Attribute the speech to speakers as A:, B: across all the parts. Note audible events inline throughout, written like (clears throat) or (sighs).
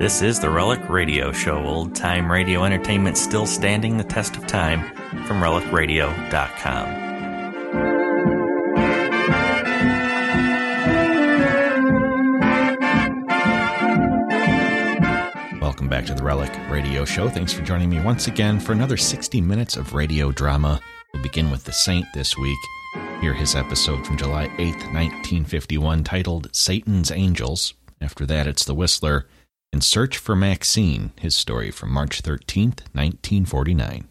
A: This is the Relic Radio Show, old time radio entertainment still standing the test of time from relicradio.com.
B: Welcome back to the Relic Radio Show. Thanks for joining me once again for another 60 minutes of radio drama. We'll begin with The Saint this week. Hear his episode from July 8th, 1951, titled Satan's Angels. After that, it's The Whistler and Search for Maxine, his story from March 13th, 1949.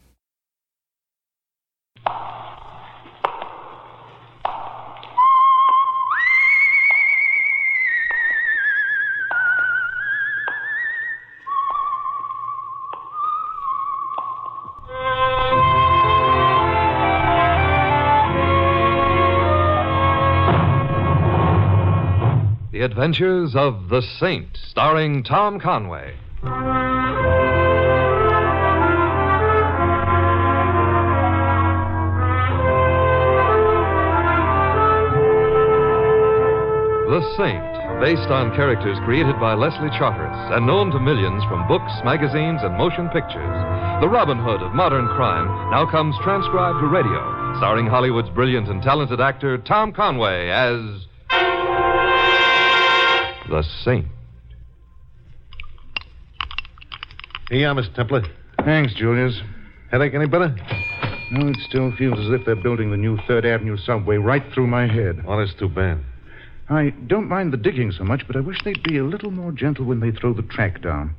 C: The Adventures of the Saint, starring Tom Conway. The Saint, based on characters created by Leslie Charteris and known to millions from books, magazines, and motion pictures. The Robin Hood of modern crime now comes transcribed to radio, starring Hollywood's brilliant and talented actor Tom Conway as. The Saint.
D: Here, Miss Templer.
E: Thanks, Julius.
D: Headache any better?
E: No, it still feels as if they're building the new Third Avenue subway right through my head.
D: Well, that's too bad.
E: I don't mind the digging so much, but I wish they'd be a little more gentle when they throw the track down.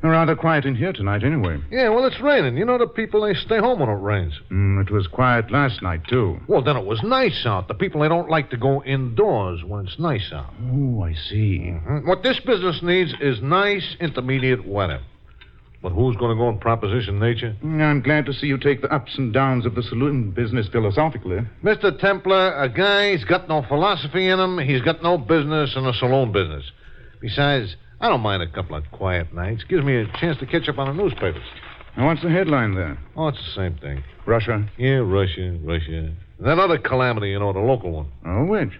E: They're rather quiet in here tonight, anyway.
D: Yeah, well, it's raining. You know the people, they stay home when it rains.
E: Mm, it was quiet last night, too.
D: Well, then it was nice out. The people, they don't like to go indoors when it's nice out.
E: Oh, I see.
D: Mm, What this business needs is nice, intermediate weather. But who's going to go and proposition nature?
E: Mm, I'm glad to see you take the ups and downs of the saloon business philosophically.
D: Mr. Templer, a guy's got no philosophy in him. He's got no business in the saloon business. Besides, I don't mind a couple of quiet nights. Gives me a chance to catch up on the newspapers.
E: Now, what's the headline there?
D: Oh, it's the same thing.
E: Russia.
D: Yeah, Russia, Russia. That other calamity, you know, the local one.
E: Oh, which?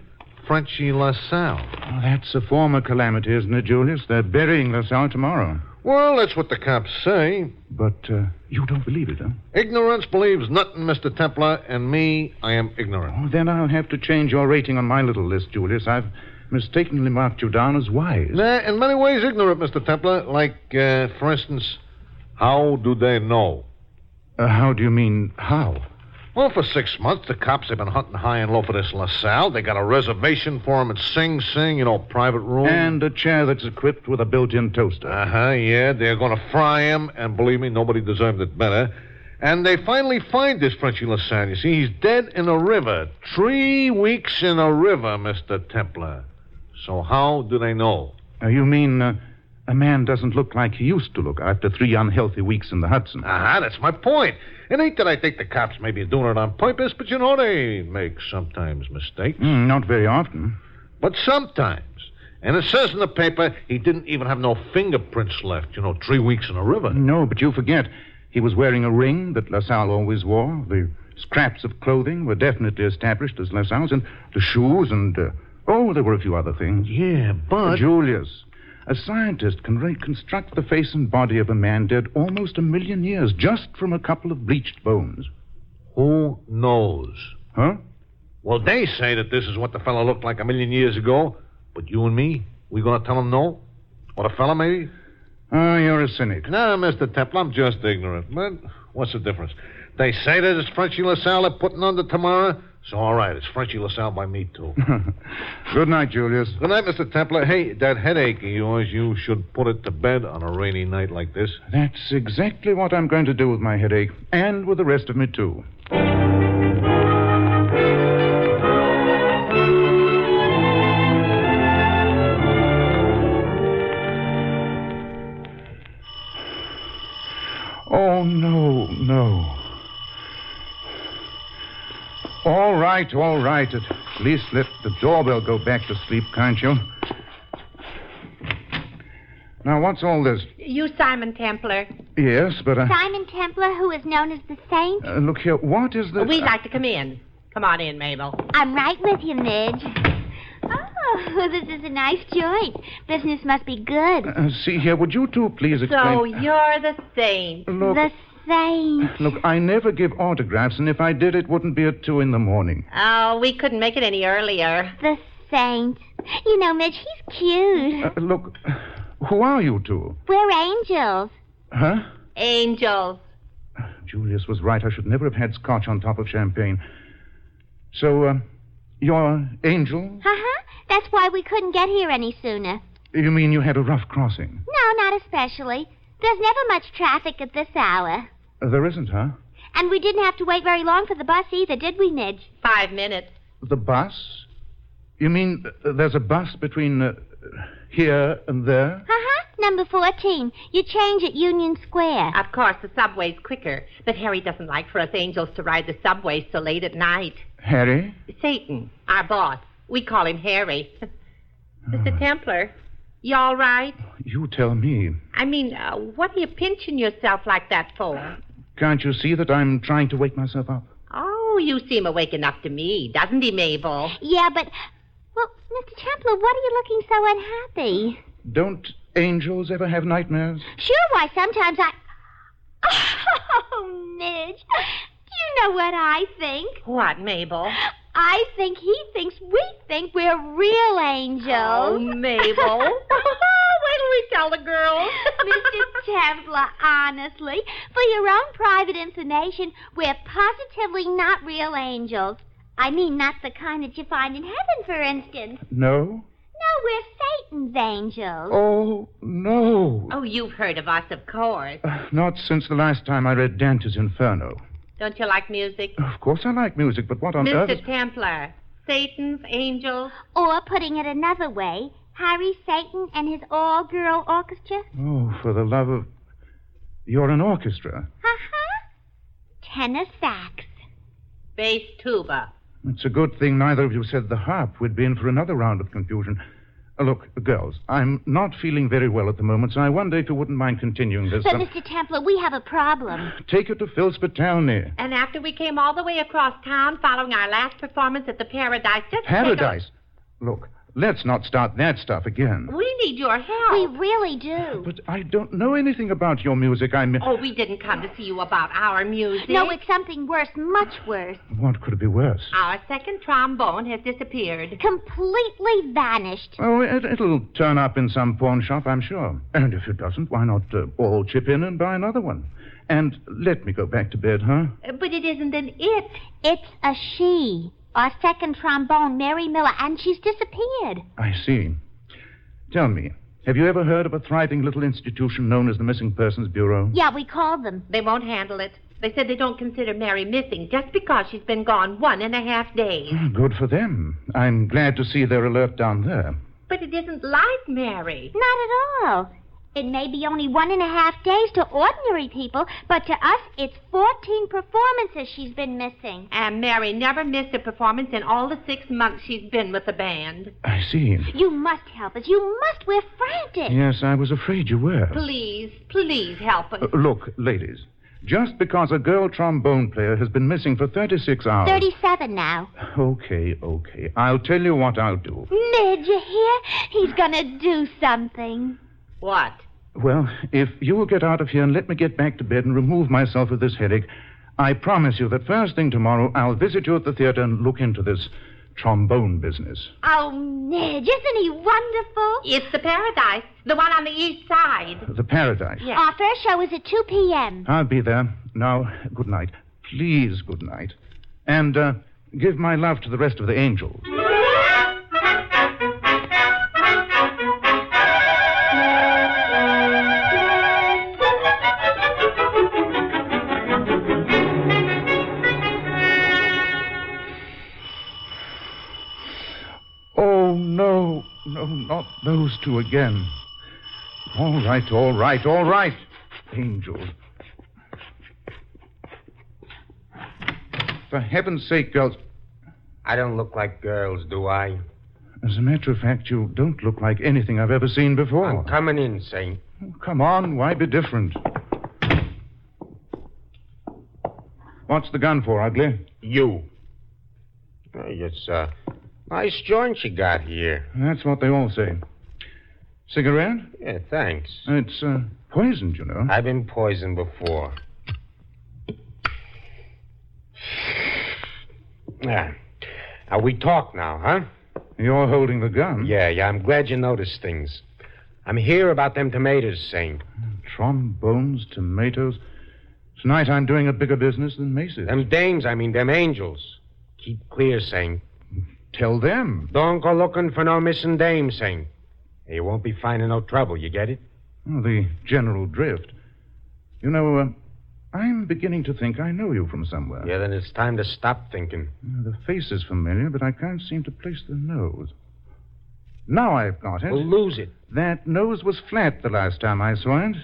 D: Frenchy LaSalle.
E: Oh, that's a former calamity, isn't it, Julius? They're burying LaSalle tomorrow.
D: Well, that's what the cops say.
E: But uh, you don't believe it, huh?
D: Ignorance believes nothing, Mr. Templar, and me, I am ignorant.
E: Oh, then I'll have to change your rating on my little list, Julius. I've mistakenly marked you down as wise.
D: Nah, in many ways ignorant, Mr. Templar. Like, uh, for instance, how do they know?
E: Uh, how do you mean, how?
D: Well, for six months, the cops have been hunting high and low for this LaSalle. They got a reservation for him at Sing Sing, you know, private room.
E: And a chair that's equipped with a built in toaster.
D: Uh huh, yeah. They're going to fry him, and believe me, nobody deserved it better. And they finally find this Frenchy Lasagne. You see, he's dead in a river. Three weeks in a river, Mr. Templar. So how do they know?
E: Uh, you mean uh, a man doesn't look like he used to look after three unhealthy weeks in the Hudson?
D: Ah, uh-huh, that's my point. It ain't that I think the cops may be doing it on purpose, but you know they make sometimes mistakes.
E: Mm, not very often.
D: But sometimes. And it says in the paper he didn't even have no fingerprints left, you know, three weeks in a river.
E: No, but you forget. He was wearing a ring that LaSalle always wore. The scraps of clothing were definitely established as LaSalle's, and the shoes and. Uh, oh, there were a few other things.
D: Yeah, but.
E: Julius, a scientist can reconstruct the face and body of a man dead almost a million years just from a couple of bleached bones.
D: Who knows?
E: Huh? (laughs)
D: Well, they say that this is what the fellow looked like a million years ago, but you and me, we gonna tell him no? Or the fella, maybe?
E: Ah, you're a cynic.
D: No, Mr. Temple, I'm just ignorant. But what's the difference? They say that it's Frenchy LaSalle they're putting under tomorrow, so all right, it's Frenchy LaSalle by me, too.
E: Good night, Julius.
D: Good night, Mr. Templar. Hey, that headache of yours, you should put it to bed on a rainy night like this.
E: That's exactly what I'm going to do with my headache, and with the rest of me, too. Oh, no, no. All right, all right. At least let the doorbell go back to sleep, can't you? Now, what's all this?
F: You, Simon Templar.
E: Yes, but. Uh,
G: Simon Templar, who is known as the Saint.
E: uh, look here. What is this?
F: We'd like to come in. Come on in, Mabel.
G: I'm right with you, Midge. Oh, (laughs) this is a nice joint. Business must be good.
E: Uh, see here, would you two please
F: So
E: explain?
F: you're the saint.
E: Look,
G: The Saint.
E: look, I never give autographs, and if I did, it wouldn't be at two in the morning.
F: Oh, we couldn't make it any earlier.
G: The Saint. You know, Midge, he's cute.
E: Uh, look, who are you two?
G: We're angels.
E: Huh?
F: Angels.
E: Julius was right. I should never have had scotch on top of champagne. So, uh, you're angel?
G: Uh huh. That's why we couldn't get here any sooner.
E: You mean you had a rough crossing?
G: No, not especially. There's never much traffic at this hour.
E: Uh, there isn't, huh?
G: And we didn't have to wait very long for the bus either, did we, Midge?
F: Five minutes.
E: The bus? You mean uh, there's a bus between uh, here and there?
G: Uh huh. Number 14. You change at Union Square.
F: Of course, the subway's quicker. But Harry doesn't like for us angels to ride the subway so late at night.
E: Harry?
F: Satan, our boss. We call him Harry. (laughs) Mr. Templar, you all right?
E: You tell me.
F: I mean, uh, what are you pinching yourself like that for?
E: Can't you see that I'm trying to wake myself up?
F: Oh, you seem awake enough to me, doesn't he, Mabel?
G: Yeah, but. Well, Mr. Templar, what are you looking so unhappy?
E: Don't angels ever have nightmares?
G: Sure, why, sometimes I. (laughs) Oh, Midge. You know what I think.
F: What, Mabel?
G: I think he thinks we think we're real angels.
F: Oh, Mabel.
G: (laughs)
F: (laughs) oh, wait till we tell the girls.
G: Mr. Templar, honestly, for your own private information, we're positively not real angels. I mean, not the kind that you find in heaven, for instance.
E: No?
G: No, we're Satan's angels.
E: Oh, no. Uh,
F: Oh, you've heard of us, of course.
E: Not since the last time I read Dante's Inferno.
F: Don't you
E: (sighs)
F: like music?
E: Of course I like music, but what on earth?
F: Mr. Templar, Satan's angels.
G: Or, putting it another way, Harry Satan and his all girl orchestra.
E: Oh, for the love of. You're an orchestra.
G: Ha ha! Tenor sax.
F: bass tuba.
E: It's a good thing neither of you said the harp. We'd be in for another round of confusion. Uh, look, girls, I'm not feeling very well at the moment, so I wonder if you wouldn't mind continuing this.
G: But,
E: some-
G: Mr. Templar, we have a problem.
E: Take it to Phil Spitalny.
F: And after we came all the way across town following our last performance at the Paradise, just take a-
E: Paradise. Look, let's not start that stuff again.
F: we need your
G: We
F: help.
G: really do.
E: But I don't know anything about your music. I mean,
F: Oh, we didn't come to see you about our music.
G: No, it's something worse, much worse.
E: what could be worse?
F: Our second trombone has disappeared.
G: Completely vanished.
E: Oh, it, it'll turn up in some pawn shop, I'm sure. And if it doesn't, why not uh, all chip in and buy another one? And let me go back to bed, huh?
F: Uh, But it isn't an it.
G: It's a she. Our second trombone, Mary Miller, and she's disappeared.
E: I see. Tell me, have you ever heard of a thriving little institution known as the Missing Persons Bureau?
G: Yeah, we called them.
F: They won't handle it. They said they don't consider Mary missing just because she's been gone one and a half days.
E: Ah, Good for them. I'm glad to see they're alert down there.
F: But it isn't like Mary.
G: Not at all. It may be only one and a half days to ordinary people, but to us, it's 14 performances she's been missing.
F: And Mary never missed a performance in all the six months she's been with the band.
E: I see.
G: You must help us. You must. We're frantic.
E: Yes, I was afraid you were.
F: Please, please help us.
E: Uh, Look, ladies, just because a girl trombone player has been missing for 36 hours.
G: 37 now.
E: Okay, okay. I'll tell you what I'll do.
G: Midge, you hear? He's gonna do something.
F: What?
E: Well, if you will get out of here and let me get back to bed and remove myself of this headache, I promise you that first thing tomorrow I'll visit you at the theater and look into this trombone business.
G: Oh, Midge, isn't he wonderful?
F: It's the Paradise, the one on the east side.
E: The paradise.
F: Yeah.
G: Our first show is at 2 p.m.
E: I'll be there. Now, good night. Please, good night. And uh, give my love to the rest of the angels. Oh, no, no, not those two again. All right, all right, all right. Angels. For heaven's sake, girls.
H: I don't look like girls, do I?
E: As a matter of fact, you don't look like anything I've ever seen before.
H: I'm coming in, Saint.
E: Oh, come on, why be different? What's the gun for, Ugly?
H: You. Uh, It's a nice joint you got here.
E: That's what they all say. Cigarette?
H: Yeah, thanks.
E: It's uh, poisoned, you know.
H: I've been poisoned before. Yeah. Now, we talk now, huh?
E: You're holding the gun.
H: Yeah, yeah, I'm glad you noticed things. I'm here about them tomatoes, Saint.
E: Trombones, tomatoes. Tonight I'm doing a bigger business than Macy's.
H: Them dames, I mean, them angels. Keep clear, Saint.
E: Tell them.
H: Don't go looking for no missing dame, Saint. You won't be finding no trouble, you get it?
E: Oh, the general drift. You know, uh, I'm beginning to think I know you from somewhere.
H: Yeah, then it's time to stop thinking.
E: Uh, The face is familiar, but I can't seem to place the nose. Now I've got it.
H: We'll lose it.
E: That nose was flat the last time I saw it.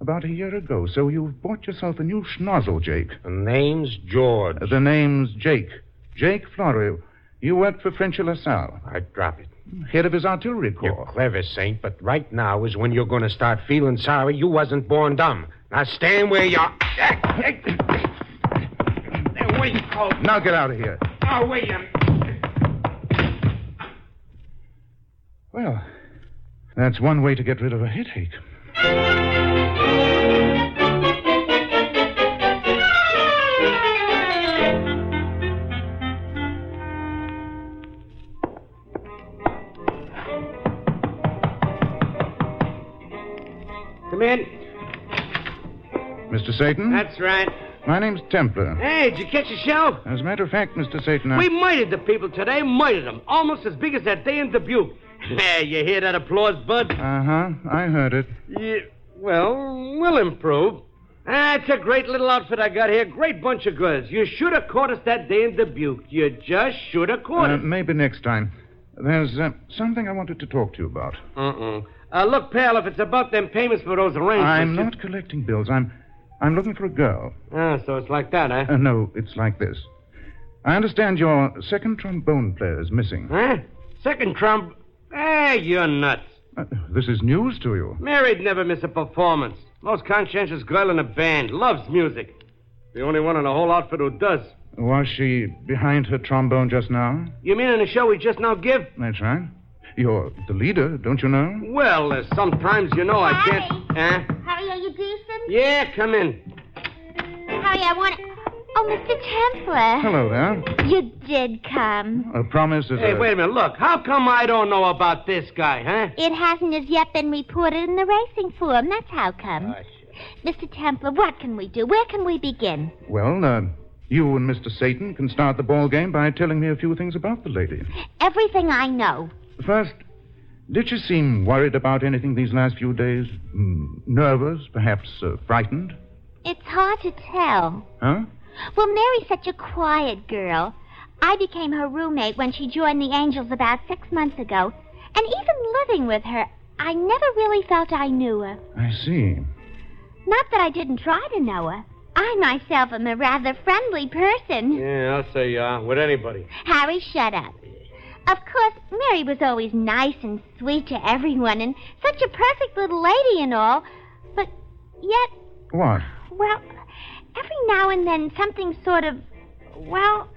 E: About a year ago, so you've bought yourself a new schnozzle, Jake.
H: The name's George.
E: Uh, The name's Jake. Jake Florio. You worked for Frenchy LaSalle,
H: I'd drop it.
E: head of his artillery
H: You're
E: corps.
H: clever, Saint, but right now is when you're going to start feeling sorry you wasn't born dumb. Now stand where you are. Hey, hey. Now, wait, Colt.
E: Now get out of here.
H: Now, wait a
E: Well, that's one way to get rid of a headache.
I: Come in.
E: Mr. Satan?
I: That's right.
E: My name's Templar.
H: Eh?
I: Hey, did you catch a shell?
E: As a matter of fact, Mr. Satan, I...
I: We murdered the people today, murdered them. Almost as big as that day in
E: (laughs)
I: Dubuque. Hey, you hear that applause, Bud?
E: Uh-huh, I heard it.
I: Yeah, well, we'll improve. That's a great little outfit I got here. Great bunch of girls. You should have caught us that day in Dubuque. You just should have caught
E: Uh,
I: us.
E: maybe next time. There's uh, something I wanted to talk to you about.
I: Uh-uh. Uh, look, pal, if it's about them payments for those arrangements...
E: I'm
I: you-
E: not collecting bills. I'm, I'm looking for a girl.
I: Ah, so it's like that, huh?
E: Uh, no, it's like this. I understand your second trombone player is missing.
I: huh? Second trump... Hey, you're nuts.
E: Uh, this is news to you.
I: Married never miss a performance. Most conscientious girl in a band. Loves music. The only one in the whole outfit who does.
E: Was she behind her trombone just now?
I: You mean in the show we just now give?
E: That's right. You're the leader, don't you know?
I: Well, uh, sometimes you know I can't. Huh?
G: Harry, are you decent?
I: Yeah, come in.
G: Harry, I want to. Oh, Mr. Templar.
E: Hello there.
G: You did come.
E: A promise is
I: Hey,
E: a...
I: wait a minute. Look, how come I don't know about this guy, huh?
G: It hasn't as yet been reported in the racing forum. That's how come. Mr. Templar, what can we do? Where can we begin?
E: Well, uh, you and Mr. Satan can start the ball game by telling me a few things about the lady.
G: Everything I know.
E: First, did she seem worried about anything these last few days? Mm, nervous, perhaps uh, frightened?
G: It's hard to tell.
E: Huh?
G: Well, Mary's such a quiet girl. I became her roommate when she joined the Angels about six months ago. And even living with her, I never really felt I knew her.
E: I see.
G: Not that I didn't try to know her. I myself am a rather friendly person.
I: Yeah, I'll say, uh, with anybody.
G: Harry, shut up. Of course, Mary was always nice and sweet to everyone and such a perfect little lady and all. But yet,
E: What?
G: well, every now and then something sort of, well,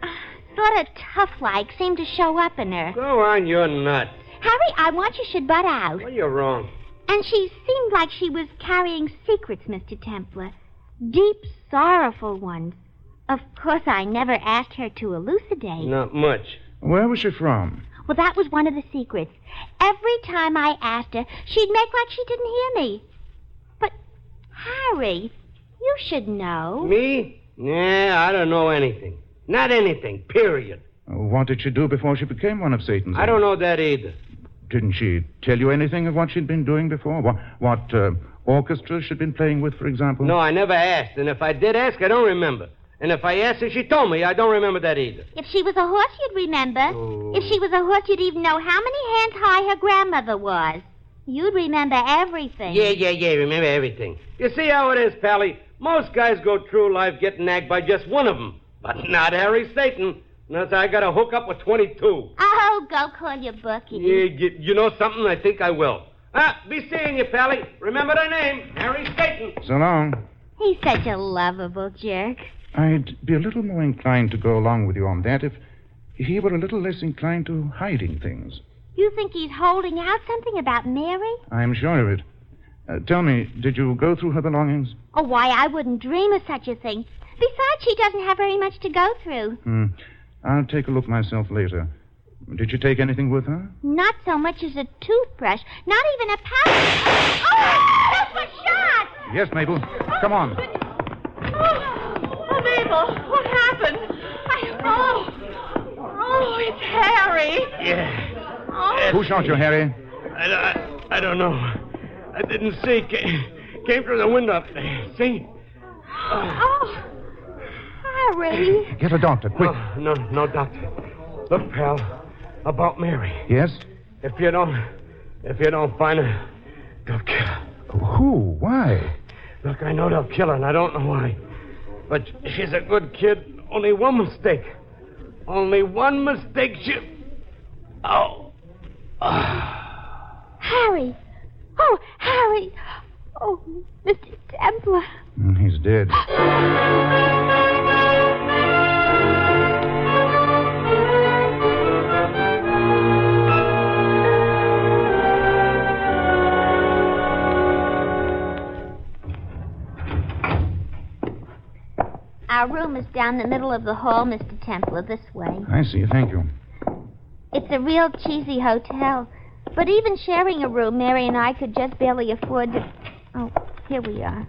G: sort of tough like seemed to show up in her.
I: Go on, you're nuts.
G: Harry, I want you should butt out.
I: Well, you're wrong.
G: And she seemed like she was carrying secrets, Mr. Templar. Deep, sorrowful ones. Of course, I never asked her to elucidate.
I: Not much.
E: Where was she from?
G: Well, that was one of the secrets. Every time I asked her, she'd make like she didn't hear me. But, Harry, you should know.
I: Me? Yeah, I don't know anything. Not anything, period.
E: Uh, What did she do before she became one of Satan's?
I: I don't know that either.
E: Didn't she tell you anything of what she'd been doing before? What, what uh, orchestra she'd been playing with, for example?
I: No, I never asked. And if I did ask, I don't remember. And if I asked her, she told me. I don't remember that either.
G: If she was a horse, you'd remember.
I: Oh.
G: If she was a horse, you'd even know how many hands high her grandmother was. You'd remember everything.
I: Yeah, yeah, yeah. Remember everything. You see how it is, (laughs) Pally? Most guys go through life getting nagged by just one of them, but not Harry Satan. Now, I got to hook up with 22.
G: Oh, go call your bookie.
I: Yeah, you, you know something? I think I will. Ah, be seeing you, Pally. Remember the name, Harry Staten.
E: So long.
G: He's such a lovable jerk.
E: I'd be a little more inclined to go along with you on that if, if he were a little less inclined to hiding things.
G: You think he's holding out something about Mary?
E: I'm sure of it. Uh, tell me, did you go through her belongings?
G: Oh, why, I wouldn't dream of such a thing. Besides, she doesn't have very much to go through.
E: Hmm. I'll take a look myself later. Did you take anything with her?
G: Not so much as a toothbrush, not even a powder. Oh, that was shot!
E: Yes, Mabel. Come on.
J: Oh, oh, Mabel, what happened? I, oh, oh, it's Harry.
I: Yeah.
J: Oh,
E: Who shot you, Harry?
I: I, don't- I, I don't know. I didn't see. Came, came through the window up there. See?
G: (gasps) oh, Harry.
E: Get a doctor, quick.
I: Oh, no, no, doctor. Look, pal, about Mary.
E: Yes?
I: If you don't, if you don't find her, they'll kill her.
E: Who? Why?
I: Look, I know they'll kill her, and I don't know why. But she's a good kid. Only one mistake. Only one mistake. She. Oh.
G: Harry. Oh, Harry. Oh, Mr. Templar.
E: Mm, He's dead.
G: (gasps) Our room is down the middle of the hall, Mr. Templar, this way.
E: I see. Thank you.
G: It's a real cheesy hotel. But even sharing a room, Mary and I could just barely afford to. Oh, here we are.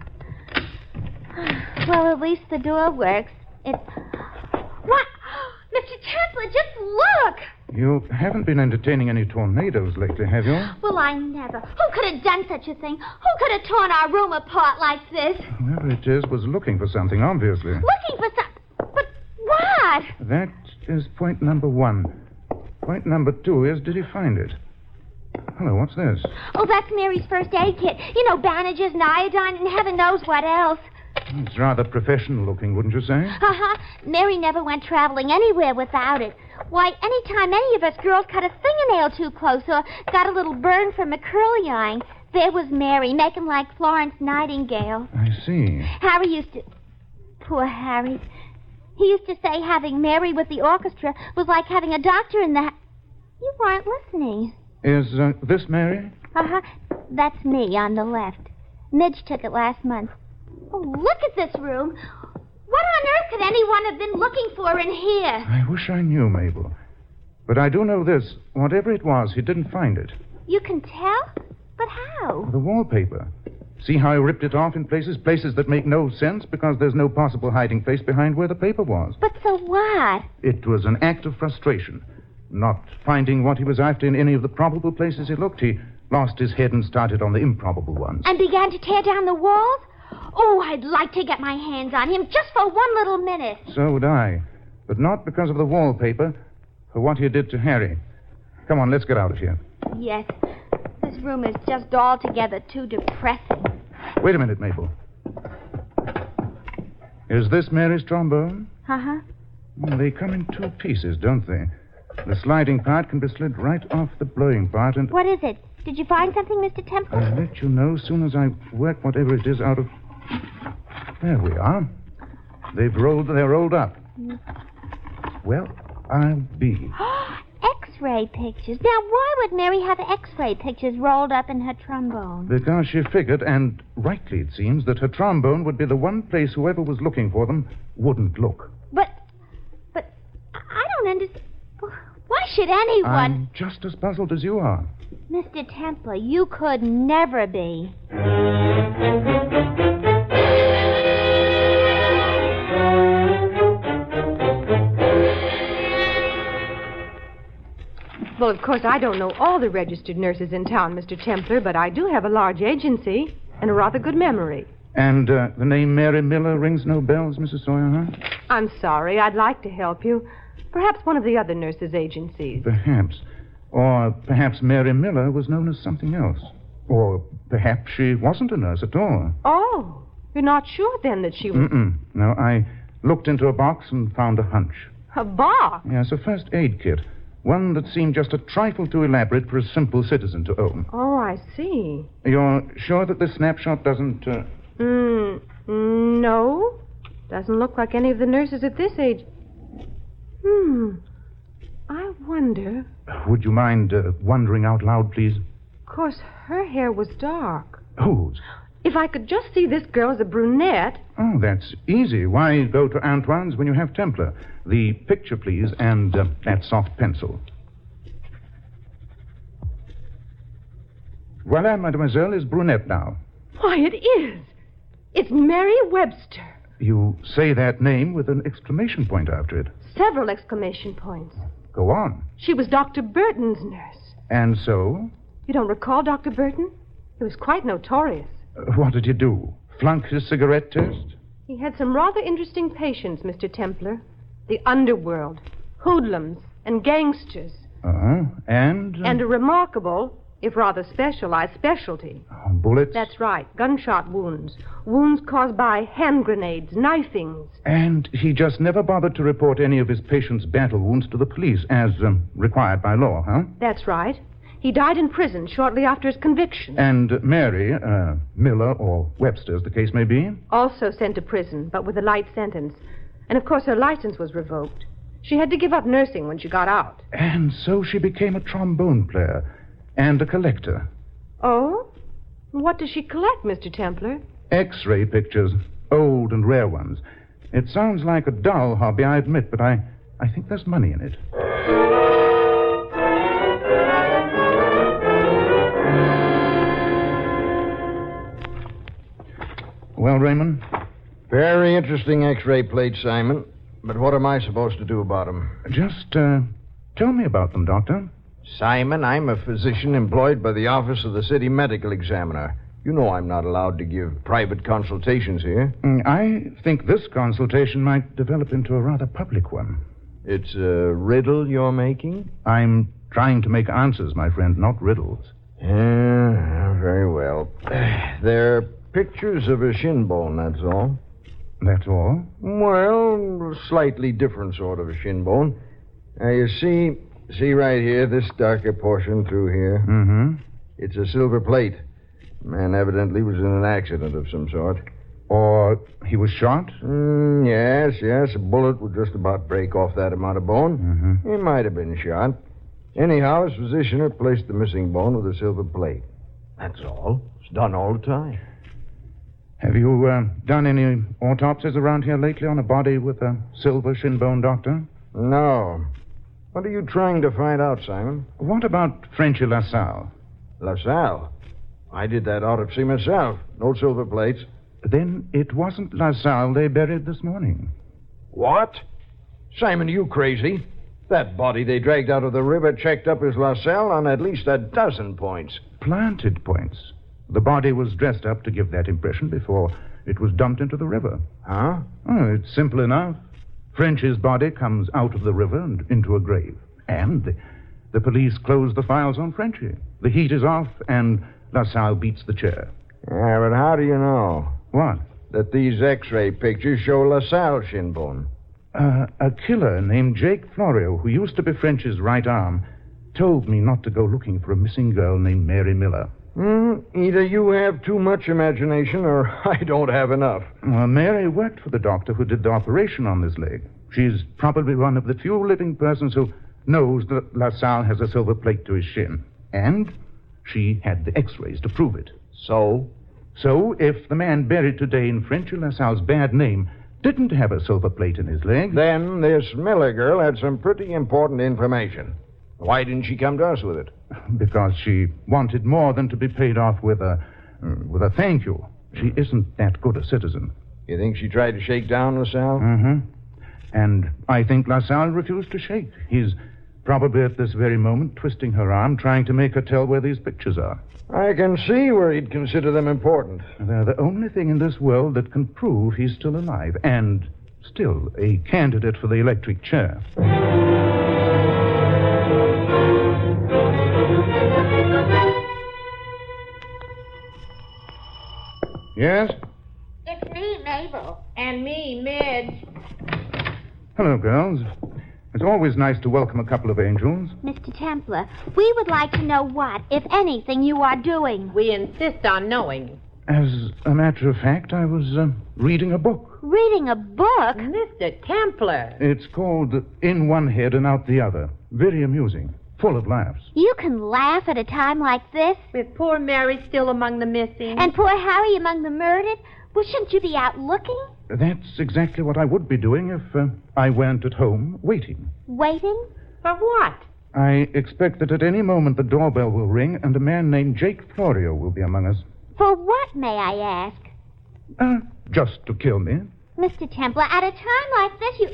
G: (sighs) Well, at least the door works. It. What? (gasps) Mr. Templar, just look!
E: You haven't been entertaining any tornadoes lately, have you?
G: Well, I never. Who could have done such a thing? Who could have torn our room apart like this?
E: Whoever it is was looking for something, obviously.
G: Looking for some. But what?
E: That is point number one. Point number two is did he find it? Hello, what's this?
G: Oh, that's Mary's first aid kit. You know, bandages and iodine and heaven knows what else.
E: It's rather professional looking, wouldn't you say?
G: Uh huh. Mary never went traveling anywhere without it. Why, any time any of us girls cut a fingernail too close or got a little burn from a curly iron, there was Mary making like Florence Nightingale.
E: I see.
G: Harry used to. Poor Harry. He used to say having Mary with the orchestra was like having a doctor in the. You weren't listening.
E: Is uh, this Mary?
G: Uh huh. That's me on the left. Midge took it last month. Oh, look at this room. What on earth could anyone have been looking for in here?
E: I wish I knew, Mabel. But I do know this. Whatever it was, he didn't find it. Oh,
G: You can tell? But how?
E: The wallpaper. See how he ripped it off in places, places that make no sense because there's no possible hiding place behind where the paper was.
G: But so what?
E: It was an act of frustration. Not finding what he was after in any of the probable places he looked, he lost his head and started on the improbable ones.
G: And began to tear down the walls? Oh, I'd like to get my hands on him just for one little minute.
E: So would I. But not because of the wallpaper, for what he did to Harry. Come on, let's get out of here.
G: Yes, this room is just altogether too depressing.
E: Wait a minute, Mabel. Is this Mary's trombone?
G: Uh huh.
E: Well, they come in two pieces, don't they? The sliding part can be slid right off the blowing part, and
G: What is it? Did you find something, Mr. Temple?
E: I'll let you know as soon as I work whatever it is out of. There we are. They've rolled. They're rolled up.
G: Mm.
E: Well, I'll be.
G: X ray pictures. Now, why would Mary have X ray pictures rolled up in her trombone?
E: Because she figured, and rightly it seems, that her trombone would be the one place whoever was looking for them wouldn't look.
G: But. But. I- I don't understand. Why should anyone.
E: I'm just as puzzled as you are.
G: Mr. Templar, you could never be.
J: Well, of course, I don't know all the registered nurses in town, Mr. Templar, but I do have a large agency and a rather good memory.
E: And uh, the name Mary Miller rings no bells, Mrs. Sawyer, huh?
J: I'm sorry. I'd like to help you. Perhaps one of the other nurses' agencies.
E: Perhaps. Or perhaps Mary Miller was known as something else. Or perhaps she wasn't a nurse at all.
J: Oh, you're not sure then that she was.
E: Mm-mm. No, I looked into a box and found a hunch.
J: A bar?
E: Yes, a first aid kit. One that seemed just a trifle too elaborate for a simple citizen to own.
J: Oh, I see.
E: You're sure that this snapshot doesn't. Uh...
J: Mm, no. Doesn't look like any of the nurses at this age. Hmm. I wonder.
E: Would you mind uh, wondering out loud, please?
J: Of course, her hair was dark.
E: Whose?
J: If I could just see this girl as a brunette.
E: Oh, that's easy. Why go to Antoine's when you have Templar? The picture, please, and uh, that soft pencil. Voila, mademoiselle, is brunette now.
J: Why, it is. It's Mary Webster.
E: You say that name with an exclamation point after it.
J: Several exclamation points.
E: Go on.
J: She was Dr. Burton's nurse.
E: And so?
J: You don't recall Dr. Burton? He was quite notorious.
E: Uh, What did you do? Flunk his cigarette test?
J: He had some rather interesting patients, Mr. Templar. The underworld, hoodlums, and gangsters,
E: Uh-huh. And?
J: and a remarkable, if rather specialized, specialty.
E: bullets?
J: That's right, gunshot wounds, wounds caused by hand grenades, knifings.
E: And he just never bothered to report any of his patient's battle wounds to the police, as um, required by law, huh?
J: That's right. He died in prison shortly after his conviction.
E: And Mary, uh, Miller, or Webster, as the case may be,
J: Also sent to prison, but with a light sentence. And of course, her license was revoked. She had to give up nursing when she got out.
E: And so she became a trombone player and a collector.
J: Oh? What does she collect, Mr. Templar?
E: X ray pictures, old and rare ones. It sounds like a dull hobby, I admit, but I, I think there's money in it. Well, Raymond?
K: Very interesting x ray plates, Simon. But what am I supposed to do about them?
E: Just uh, tell me about them, Doctor.
K: Simon, I'm a physician employed by the office of the city medical examiner. You know I'm not allowed to give private consultations here.
E: Mm, I think this consultation might develop into a rather public one.
K: It's a riddle you're making?
E: I'm trying to make answers, my friend, not riddles.
K: Yeah, very well. (sighs) They're pictures of a shin bone, that's all.
E: That's all?
K: Well, slightly different sort of a shin bone. Now, you see, see right here, this darker portion through here?
E: Mm
K: It's a silver plate. Man evidently was in an accident of some sort.
E: Or he was shot?
K: Mm, yes, yes. A bullet would just about break off that amount of bone. He might have been shot. Anyhow, his physician had placed the missing bone with a silver plate. That's all. It's done all the time.
E: Have you uh, done any autopsies around here lately on a body with a silver shin bone, Doctor?
K: No. What are you trying to find out, Simon?
E: What about Frenchy LaSalle?
K: LaSalle. I did that autopsy myself. No silver plates.
E: Then it wasn't LaSalle they buried this morning.
K: What? Simon, are you crazy? That body they dragged out of the river checked up as LaSalle on at least a dozen points.
E: Planted points. The body was dressed up to give that impression before it was dumped into the river.
K: Huh?
E: Oh, it's simple enough. French's body comes out of the river and into a grave. And the, the police close the files on Frenchy. The heat is off, and LaSalle beats the chair.
K: Yeah, but how do you know?
E: What?
K: that these x-ray pictures show LaSalle shinbone.
E: Uh, a killer named Jake Florio, who used to be French's right arm, told me not to go looking for a missing girl named Mary Miller.
K: Hmm, either you have too much imagination or (laughs) I don't have enough.
E: Well, Mary worked Mm, for the doctor who did the operation on this leg. She's probably one of the few living persons who knows that LaSalle has a silver plate to his shin. And she had the x rays to prove it.
K: So?
E: So, if the man buried today in French LaSalle's bad name didn't have a silver plate in his leg,
K: Then this Miller girl had some pretty important information. Why didn't she come to us with it?
E: because she wanted more than to be paid off with a, uh, with a thank you, she isn't that good a citizen.
K: You think she tried to shake down LaSalle?
E: Mm-hmm. And I think LaSalle refused to shake. He's probably at this very moment twisting her arm, trying to make her tell where these pictures are.
K: I can see where he'd consider them important.
E: They're the only thing in this world that can prove he's still alive and still a candidate for the electric chair. Yes?
G: It's me, Mabel.
F: And me, Midge.
E: Hello, girls. It's always nice to welcome a couple of angels.
G: Mr. Templar, we would like to know what, if anything, you are doing.
F: We insist on knowing.
E: As a matter of fact, I was uh, reading a book.
G: Reading a book?
F: Mr. Templar.
E: It's called In One Head and Out the Other. Very amusing, full of laughs.
G: You can laugh at a time like this.
F: With poor Mary still among the missing.
G: And poor Harry among the murdered. Well, shouldn't you be out looking?
E: That's exactly what I would be doing if uh, I weren't at home waiting.
G: Waiting?
F: For what?
E: I expect that at any moment the doorbell will ring and a man named Jake Florio will be among us.
G: For what, may I ask?
E: Uh, just to kill me.
G: Mr. Templar, at a time like this, you.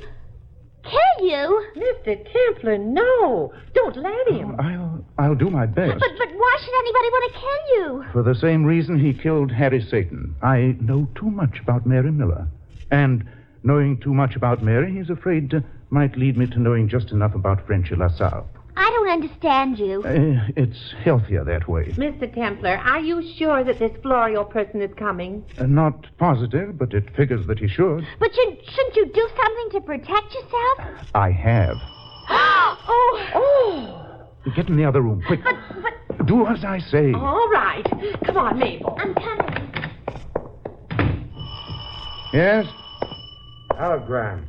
G: Kill you?
F: Mr. Templar, no. Don't let him.
E: I'll, I'll do my best.
G: But, but why should anybody want to kill you?
E: For the same reason he killed Harry Satan. I know too much about Mary Miller. And knowing too much about Mary, he's afraid uh, might lead me to knowing just enough about Frenchy LaSalle.
G: I don't understand you.
E: Uh, it's healthier that way.
F: Mr. Templar, are you sure that this Florio person is coming?
E: Uh, not positive, but it figures that he should.
G: But you, shouldn't you do something to protect yourself?
E: I have.
G: oh,
F: (gasps) oh.
E: Get in the other room, quick.
G: But, but.
E: Do as I say.
F: All right. Come on, Mabel.
G: I'm coming.
E: Yes?
H: Telegram.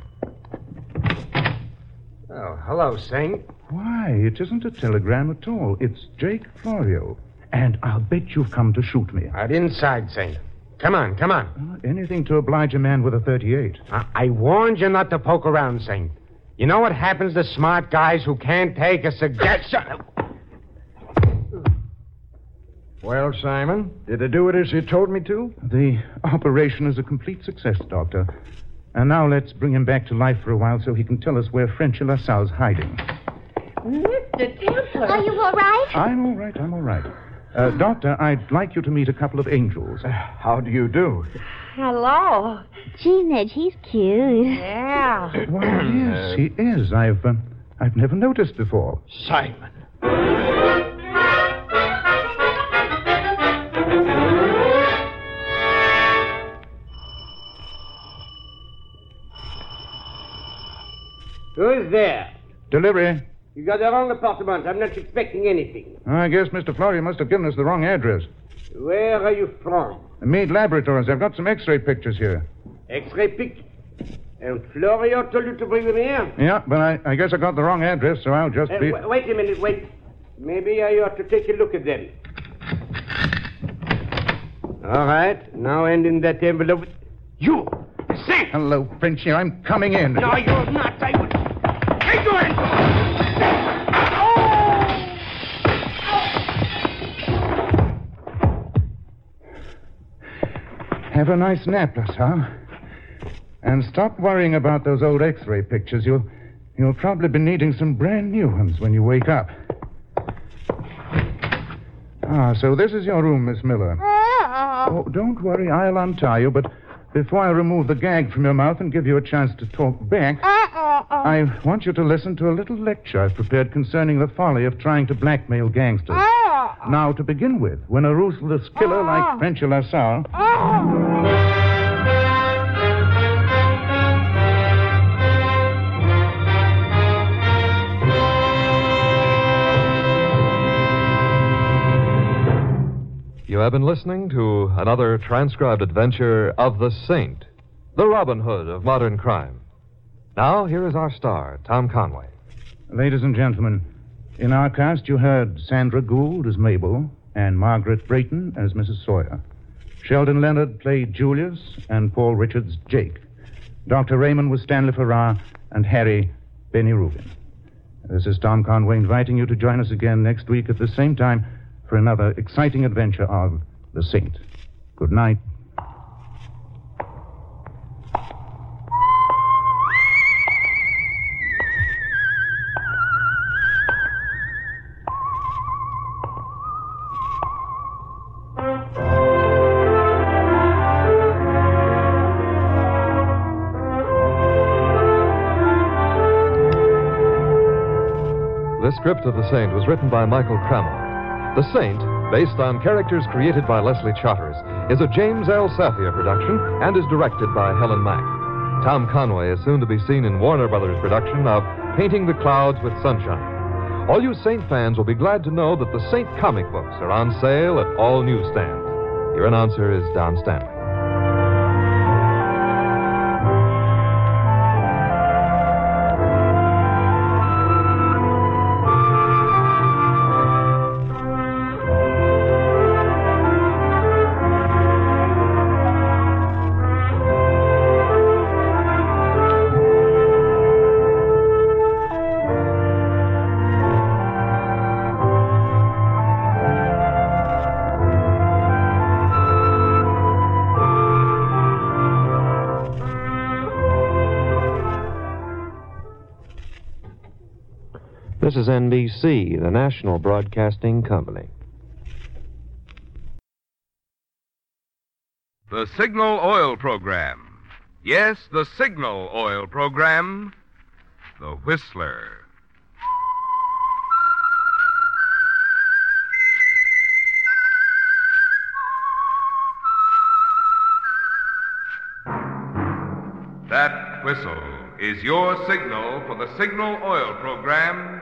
H: Oh, hello, Saint.
E: Why, it isn't a telegram at all. It's Jake Florio. And I'll bet you've come to shoot me. Uh,
H: Out inside, Saint. Come on, come on.
E: Anything to oblige a man with a 38.
H: I, I warned you not to poke around, Saint. You know what happens to smart guys who can't take a suggestion?
K: Well, Simon, did I do it as you told me to?
E: The operation is a complete success, Doctor. And now let's bring him back to life for a while so he can tell us where Frenchy LaSalle's hiding.
F: Mr. Templar.
G: Are you all right?
E: I'm all right, I'm all right. Uh, doctor, I'd like you to meet a couple of angels.
K: How do you do?
F: Hello.
G: Gee, Midge, he's cute.
F: Yeah.
E: (clears throat) Why, yes, he is. I've, um, I've never noticed before.
K: Simon.
I: Who's there?
E: Delivery.
I: You got the wrong apartment. I'm not expecting anything.
E: I guess Mr. Flory must have given us the wrong address.
I: Where are you from?
E: Mead Laboratories. I've got some x ray pictures here.
I: X-ray pic. And Florio told you to bring them here?
E: Yeah, but I, I guess I got the wrong address, so I'll just
I: Uh,
E: be.
I: wa- wait a minute, wait. Maybe I ought to take a look at them. All right, now end in that envelope. You! Saint!
E: Hello, Frenchy. I'm coming in.
I: No, you're not. I would. Take your hand.
E: Have a nice nap, LaSalle. And stop worrying about those old X-ray pictures. You'll, you'll probably be needing some brand new ones when you wake up. Ah, so this is your room, Miss Miller.
G: Oh.
E: Oh, don't worry, I'll untie you. But before I remove the gag from your mouth and give you a chance to talk back,
I: Ah.
G: Uh-oh.
E: I want you to listen to a little lecture I've prepared concerning the folly of trying to blackmail gangsters.
I: Ah.
E: Now, to begin with, when a ruthless killer like Frenchy LaSalle
I: ah.
C: You have been listening to another transcribed adventure of the Saint, the Robin Hood of modern crime. Now, here is our star, Tom Conway.
E: Ladies and gentlemen, in our cast you heard Sandra Gould as Mabel and Margaret Brayton as Mrs. Sawyer. Sheldon Leonard played Julius and Paul Richards Jake. Dr. Raymond was Stanley Farrar and Harry Benny Rubin. This is Tom Conway inviting you to join us again next week at the same time for another exciting adventure of The Saint. Good night.
C: The script of The Saint was written by Michael Crammell. The Saint, based on characters created by Leslie Charteris, is a James L. Sathia production and is directed by Helen Mack. Tom Conway is soon to be seen in Warner Brothers' production of Painting the Clouds with Sunshine. All you Saint fans will be glad to know that the Saint comic books are on sale at all newsstands. Your announcer is Don Stanley.
L: This is NBC, the National Broadcasting Company.
M: The Signal Oil Program. Yes, the Signal Oil Program. The Whistler. That whistle is your signal for the Signal Oil Program.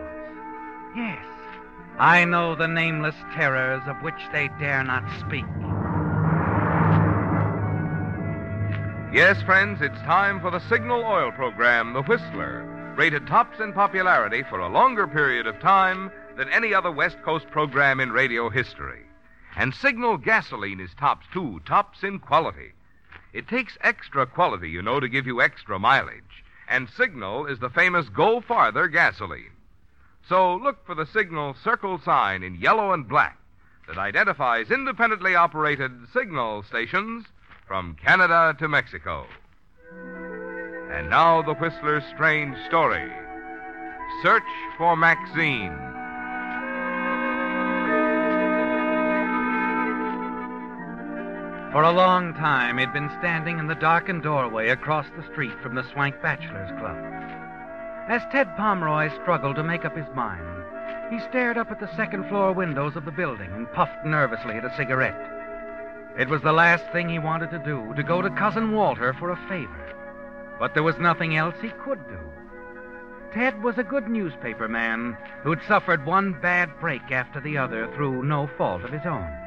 N: Yes, I know the nameless terrors of which they dare not speak.
M: Yes, friends, it's time for the Signal Oil Program, The Whistler, rated tops in popularity for a longer period of time than any other West Coast program in radio history. And Signal gasoline is tops, too, tops in quality. It takes extra quality, you know, to give you extra mileage. And Signal is the famous Go Farther gasoline. So look for the Signal circle sign in yellow and black that identifies independently operated signal stations from Canada to Mexico. And now the Whistler's strange story. Search for Maxine.
N: For a long time, he'd been standing in the darkened doorway across the street from the Swank Bachelors Club. As Ted Pomeroy struggled to make up his mind, he stared up at the second floor windows of the building and puffed nervously at a cigarette. It was the last thing he wanted to do, to go to Cousin Walter for a favor. But there was nothing else he could do. Ted was a good newspaper man who'd suffered one bad break after the other through no fault of his own.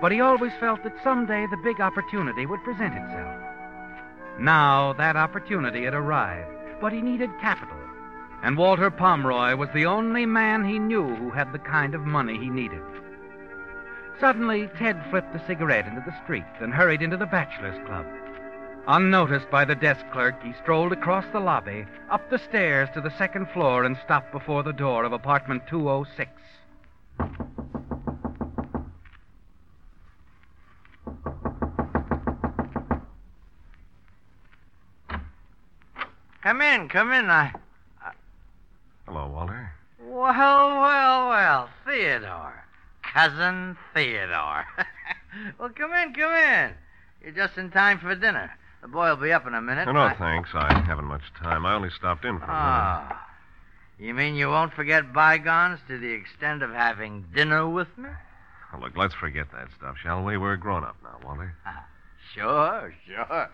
N: But he always felt that someday the big opportunity would present itself. Now that opportunity had arrived, but he needed capital. And Walter Pomeroy was the only man he knew who had the kind of money he needed. Suddenly, Ted flipped the cigarette into the street and hurried into the Bachelors Club. Unnoticed by the desk clerk, he strolled across the lobby, up the stairs to the second floor, and stopped before the door of apartment 206.
O: Come in, come in. I...
P: Hello, Walter.
O: Well, well, well. Theodore. Cousin Theodore. well, come in, come in. You're just in time for dinner. The boy'll be up in a minute.
P: Oh, (laughs) no,
O: I-
P: thanks. I haven't much time. I only stopped in for a minute.
O: Ah. You mean you won't forget bygones to the extent of having dinner with me?
P: Oh, look, let's forget that stuff, shall we? We're grown up now, Walter.
O: Sure, sure.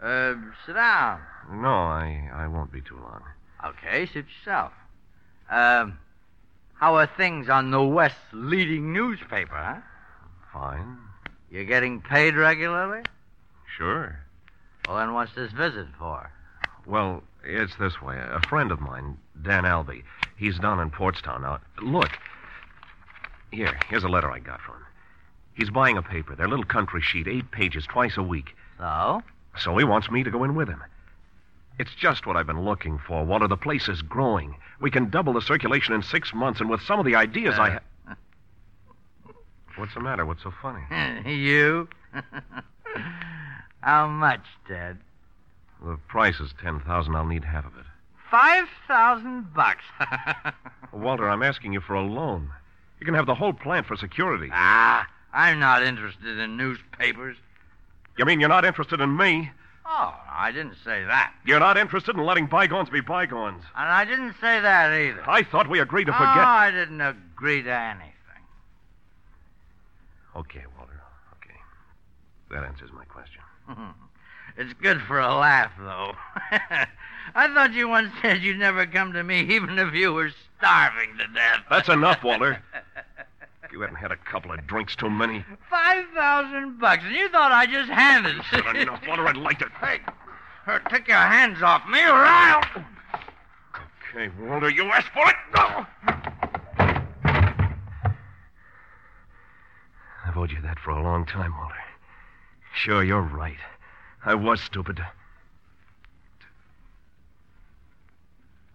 O: Uh, sit down.
P: No, I, I won't be too long.
O: Okay, sit yourself. Um, how are things on the West's leading newspaper, huh?
P: Fine.
O: You're getting paid regularly?
P: Sure.
O: Well, then what's this visit (laughs) for?
P: Well, it's this way. A friend of mine, Dan Albee, he's down in Portstown now. Look. Here, here's a letter I got from him. He's buying a paper, their little country sheet, eight pages twice a week.
O: So?
P: So he wants me to go in with him. It's just what I've been looking for, Walter. The place is growing. We can double the circulation in six months, and with some of the ideas I
O: Uh.
P: have. What's the matter? What's so
O: (laughs)
P: funny?
O: you? how much, Ted?
P: The price is 10000 I'll need half of it.
O: Five thousand bucks. (laughs)
P: Walter, I'm asking you for a loan. You can have the whole plant for security.
O: Ah, I'm not interested in newspapers.
P: You mean you're not interested in me?
O: Oh, I didn't say that.
P: You're not interested in letting bygones be bygones.
O: And I didn't say that either.
P: I thought we agreed to forget.
O: No, I didn't agree to anything.
P: Okay, Walter. Okay. That answers my question.
O: (laughs) it's good for a laugh, though. (laughs) I thought you once said you'd never come to me even if you were starving to death.
P: That's enough, Walter.
O: (laughs)
P: you haven't had a couple of drinks too many.
O: Five thousand bucks, and you thought I just handed
P: That's not enough,
O: (laughs)
P: Walter. I'd like to. Hey,
O: her, take your hands off me, or I'll.
P: Okay, Walter, you asked for it. Go. I've owed you that for a long time, Walter. Sure, you're right. I was stupid.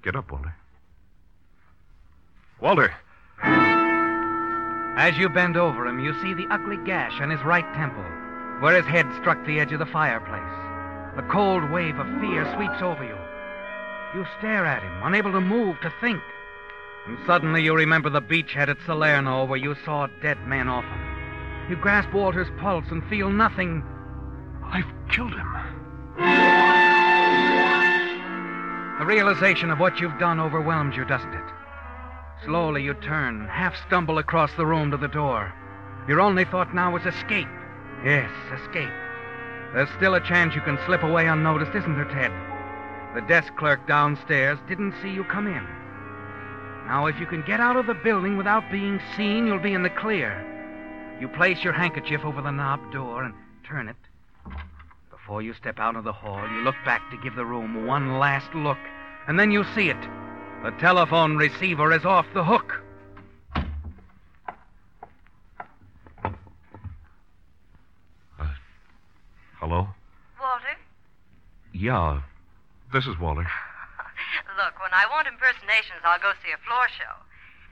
P: Get up, Walter. Walter!
N: As you bend over him, you see the ugly gash on his right temple, where his head struck the edge of the fireplace. A cold wave of fear sweeps over you. You stare at him, unable to move, to think. And suddenly you remember the beachhead at Salerno where you saw dead men often. You grasp Walter's pulse and feel nothing. I've killed him. The realization of what you've done overwhelms you, doesn't it? Slowly you turn, half stumble across the room to the door. Your only thought now is escape. Yes, escape. There's still a chance you can slip away unnoticed, isn't there, Ted? The desk clerk downstairs didn't see you come in. Now, if you can get out of the building without being seen, you'll be in the clear. You place your handkerchief over the knob door and turn it. Before you step out of the hall, you look back to give the room one last look, and then you see it. The telephone receiver is off the hook.
P: Hello?
Q: Walter,
P: Yeah, this is Walter.
Q: look, when I want impersonations, I'll go see a floor show.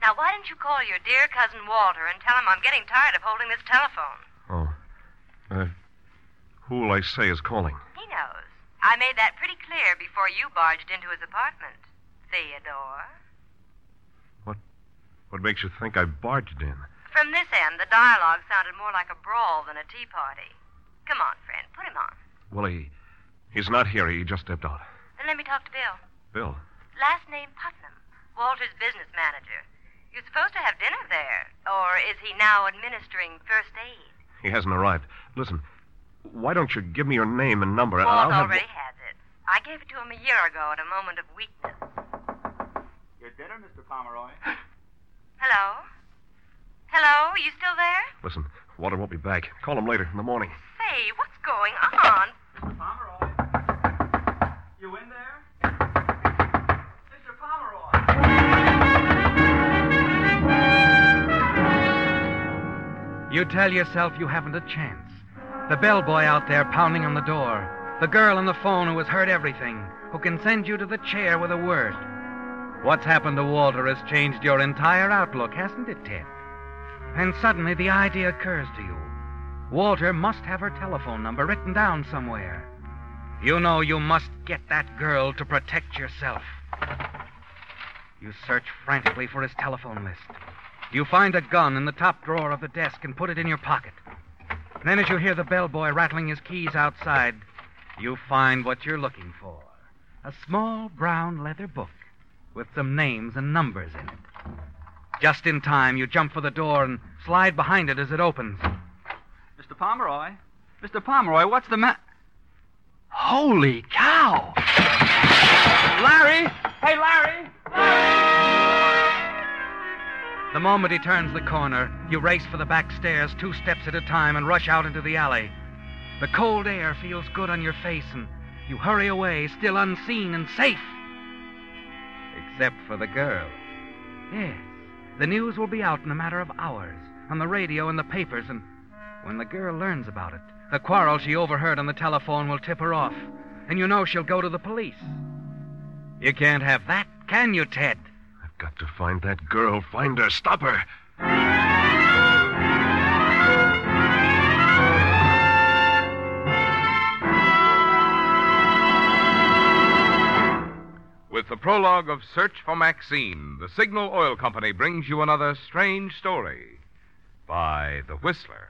Q: Now, why don't you call your dear cousin Walter and tell him I'm getting tired of holding this telephone?
P: Oh. Uh, who will I say is calling?
Q: He knows. I made that pretty clear before you barged into his apartment. Theodore.
P: What makes you think I barged in?
Q: From this end, the dialogue sounded more like a brawl than a tea party. Come on, friend, put him on.
P: Well, he. He's not here. He just stepped out.
Q: Then let me talk to Bill.
P: Bill?
Q: Last name Putnam, Walter's business manager. You're supposed to have dinner there, or is he now administering first aid?
P: He hasn't arrived. Listen, why don't you give me your name and number? and I'll
Q: Walt
P: have...
Q: already has it. I gave it to him a year ago at a moment of weakness.
R: Your dinner, Mr. Pomeroy.
Q: (gasps) Hello? Hello? You still there?
P: Listen, Walter won't be back. Call him later in the morning.
Q: Say, what's going on?
R: You in there?
N: You tell yourself you haven't a chance. The bellboy out there pounding on the door. The girl on the phone who has heard everything, who can send you to the chair with a word. What's happened to Walter has changed your entire outlook, hasn't it, Ted? And suddenly the idea occurs to you. Walter must have her telephone number written down somewhere. You know you must get that girl to protect yourself. You search frantically for his telephone list. You find a gun in the top drawer of the desk and put it in your pocket. Then, as you hear the bellboy rattling his keys outside, you find what you're looking for a small brown leather book with some names and numbers in it. Just in time, you jump for the door and slide behind it as it opens.
R: Mr. Pomeroy? Mr. Pomeroy, what's the matter?
N: Holy cow!
R: Larry! Hey, Larry!
N: The moment he turns the corner, you race for the back stairs two steps at a time and rush out into the alley. The cold air feels good on your face, and you hurry away, still unseen and safe. Except for the girl. Yes. The news will be out in a matter of hours, on the radio and the papers, and when the girl learns about it, the quarrel she overheard on the telephone will tip her off, and you know she'll go to the police. You can't have that, can you, Ted?
P: Got to find that girl. Find her. Stop her.
M: the prologue of Search for Maxine, the Signal Oil Company brings you another strange story by The Whistler.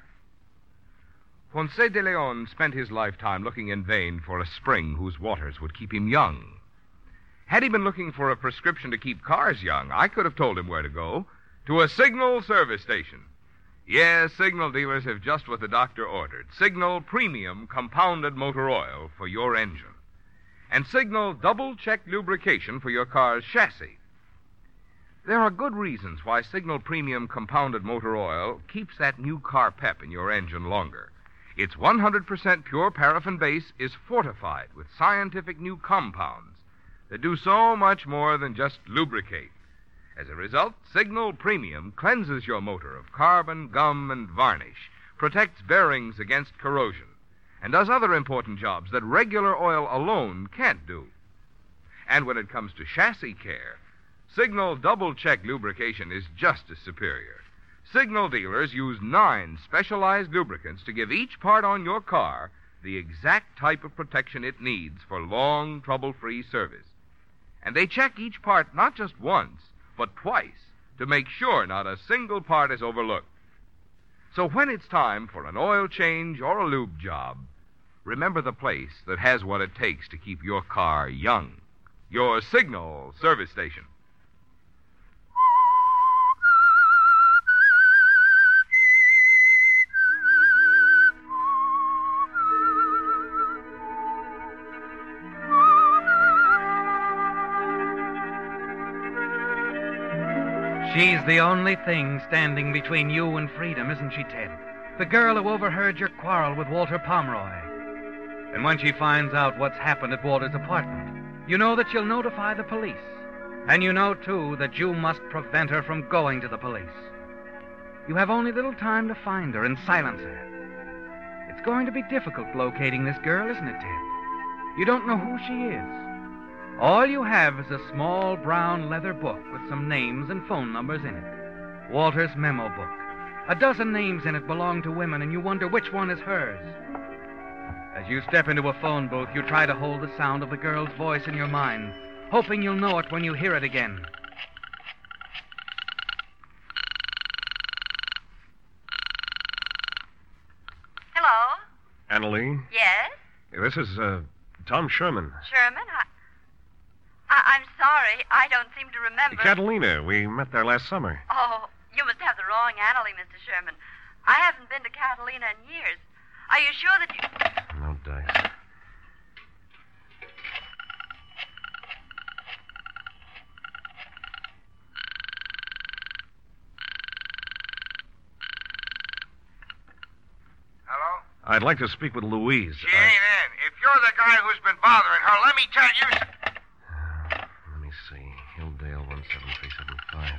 M: Ponce de Leon spent his lifetime looking in vain for a spring whose waters would keep him young. Had he been looking for a prescription to keep cars young, I could have told him where to go to a signal service station. Yes, signal dealers have just what the doctor ordered signal premium compounded motor oil for your engine, and signal double check lubrication for your car's chassis. There are good reasons why Signal Premium Compounded Motor Oil keeps that new car pep in your engine longer. Its 100% pure paraffin base is fortified with scientific new compounds that do so much more than just lubricate. As a result, Signal Premium cleanses your motor of carbon, gum, and varnish, protects bearings against corrosion, and does other important jobs that regular oil alone can't do. And when it comes to chassis care, Signal Double Check lubrication is just as superior. Signal dealers use nine specialized lubricants to give each part on your car the exact type of protection it needs for long, trouble free service. And they check each part not just once, but twice to make sure not a single part is overlooked. So when it's time for an oil change or a lube job, remember the place that has what it takes to keep your car young your signal service station.
N: She's the only thing standing between you and freedom, isn't she, Ted? The girl who overheard your quarrel with Walter Pomeroy. And when she finds out what's happened at Walter's apartment, you know that she'll notify the police. And you know, too, that you must prevent her from going to the police. You have only little time to find her and silence her. It's going to be difficult locating this girl, isn't it, Ted? You don't know who she is. All you have is a small brown leather book with some names and phone numbers in it. Walter's memo book. A dozen names in it belong to women, and you wonder which one is hers. As you step into a phone booth, you try to hold the sound of the girl's voice in your mind, hoping you'll know it when you hear it again.
Q: Hello?
P: Annalee,
Q: Yes?
P: this is uh, Tom Sherman.
Q: Sherman? I, I, I'm sorry. I don't seem to remember.
P: Catalina, we met there last summer.
Q: Oh, you must have the wrong Annalie, Mr. Sherman. I haven't been to Catalina in years. Are you sure that you.
P: No dice.
S: Hello?
P: I'd like to speak with Louise.
S: She ain't in. If you're the guy who's been bothering her, let me tell you. s-
P: Let me see. Hilldale 17375.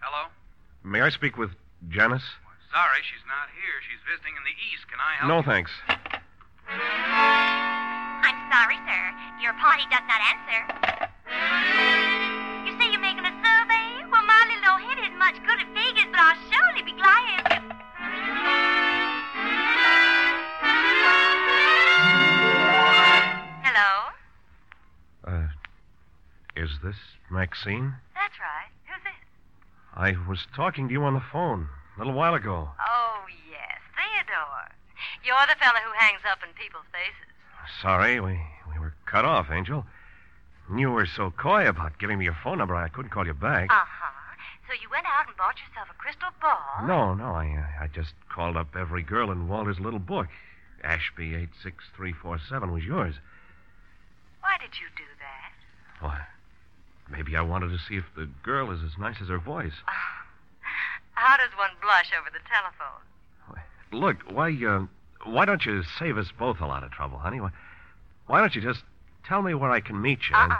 R: Hello?
P: May I speak with Janice?
R: Sorry, she's not here. She's visiting in the East. Can I help
P: No,
R: you?
P: thanks.
T: I'm sorry, sir. Your party does not answer. You say you're making a survey? Well, my little old head isn't much good at figures, but I'll surely be glad if you...
Q: Hello?
P: Uh, is this Maxine?
Q: That's right. Who's this?
P: I was talking to you on the phone a little while ago.
Q: Oh, yes, Theodore. You're the fellow who hangs up in people's faces.
P: Sorry, we, we were cut off, Angel. You were so coy about giving me your phone number, I couldn't call you back.
Q: Uh huh. So you went out and bought yourself a crystal ball?
P: No, no, I, uh, I just called up every girl in Walter's little book. Ashby 86347 was yours.
Q: Why did you do that?
P: Why? Maybe I wanted to see if the girl is as nice as her voice.
Q: How does one blush over the telephone?
P: Look, why, uh, why don't you save us both a lot of trouble, honey? Why, why don't you just tell me where I can meet you? and
Q: Uh-uh.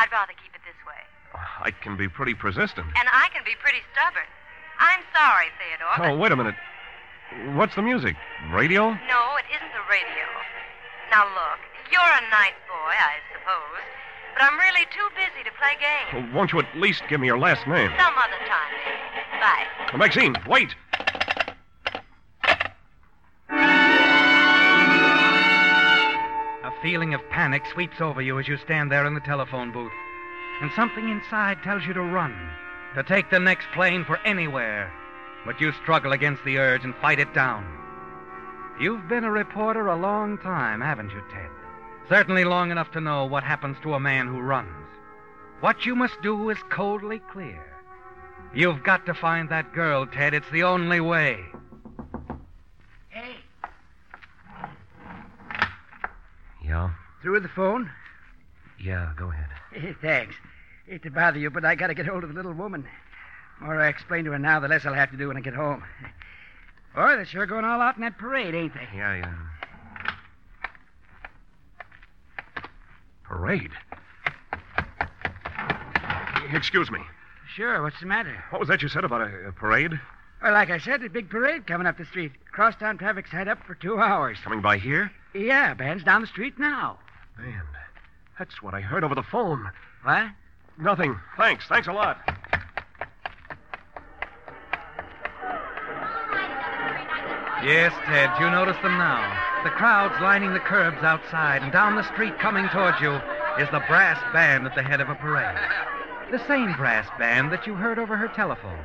Q: I'd rather keep it this way.
P: I can be pretty persistent.
Q: And I can be pretty stubborn. I'm sorry, Theodore.
P: Oh, wait a minute. What's the music? Radio?
Q: No, it isn't the radio. Now look, you're a nice boy, I suppose, but I'm really too busy to play games.
P: Won't you at least give me your last name?
Q: Some other time, maybe. Bye.
P: Maxine, wait!
N: feeling of panic sweeps over you as you stand there in the telephone booth. And something inside tells you to run, to take the next plane for anywhere. But you struggle against the urge and fight it down. You've been a reporter a long time, haven't you, Ted? Certainly long enough to know what happens to a man who runs. What you must do is coldly clear. You've got to find that girl, Ted. It's the only way.
U: Hey,
P: Yeah?
U: through the phone? (laughs) Eh,
P: Yeah, go ahead.
U: Thanks. Hate to bother you, but I gotta get hold of the little woman. The more I explain to her now, the less I'll have to do when I get home. (laughs) Boy, they're sure going all out in that parade, ain't they?
P: Yeah, yeah. Parade? Excuse me.
U: Sure, what's the matter?
P: What was that you said about a, a parade?
U: Well, like I said, a big parade coming up the street. Crosstown traffic's tied up for two hours.
P: Coming by here?
U: Yeah, band's down the street now.
P: Man, that's what I heard over the phone.
U: What?
P: Nothing. Thanks. Thanks a lot.
N: Yes, Ted, you notice them now. The crowd's lining the curbs outside, and down the street coming towards you is the brass band at the head of a parade. The same brass band that you heard over her telephone,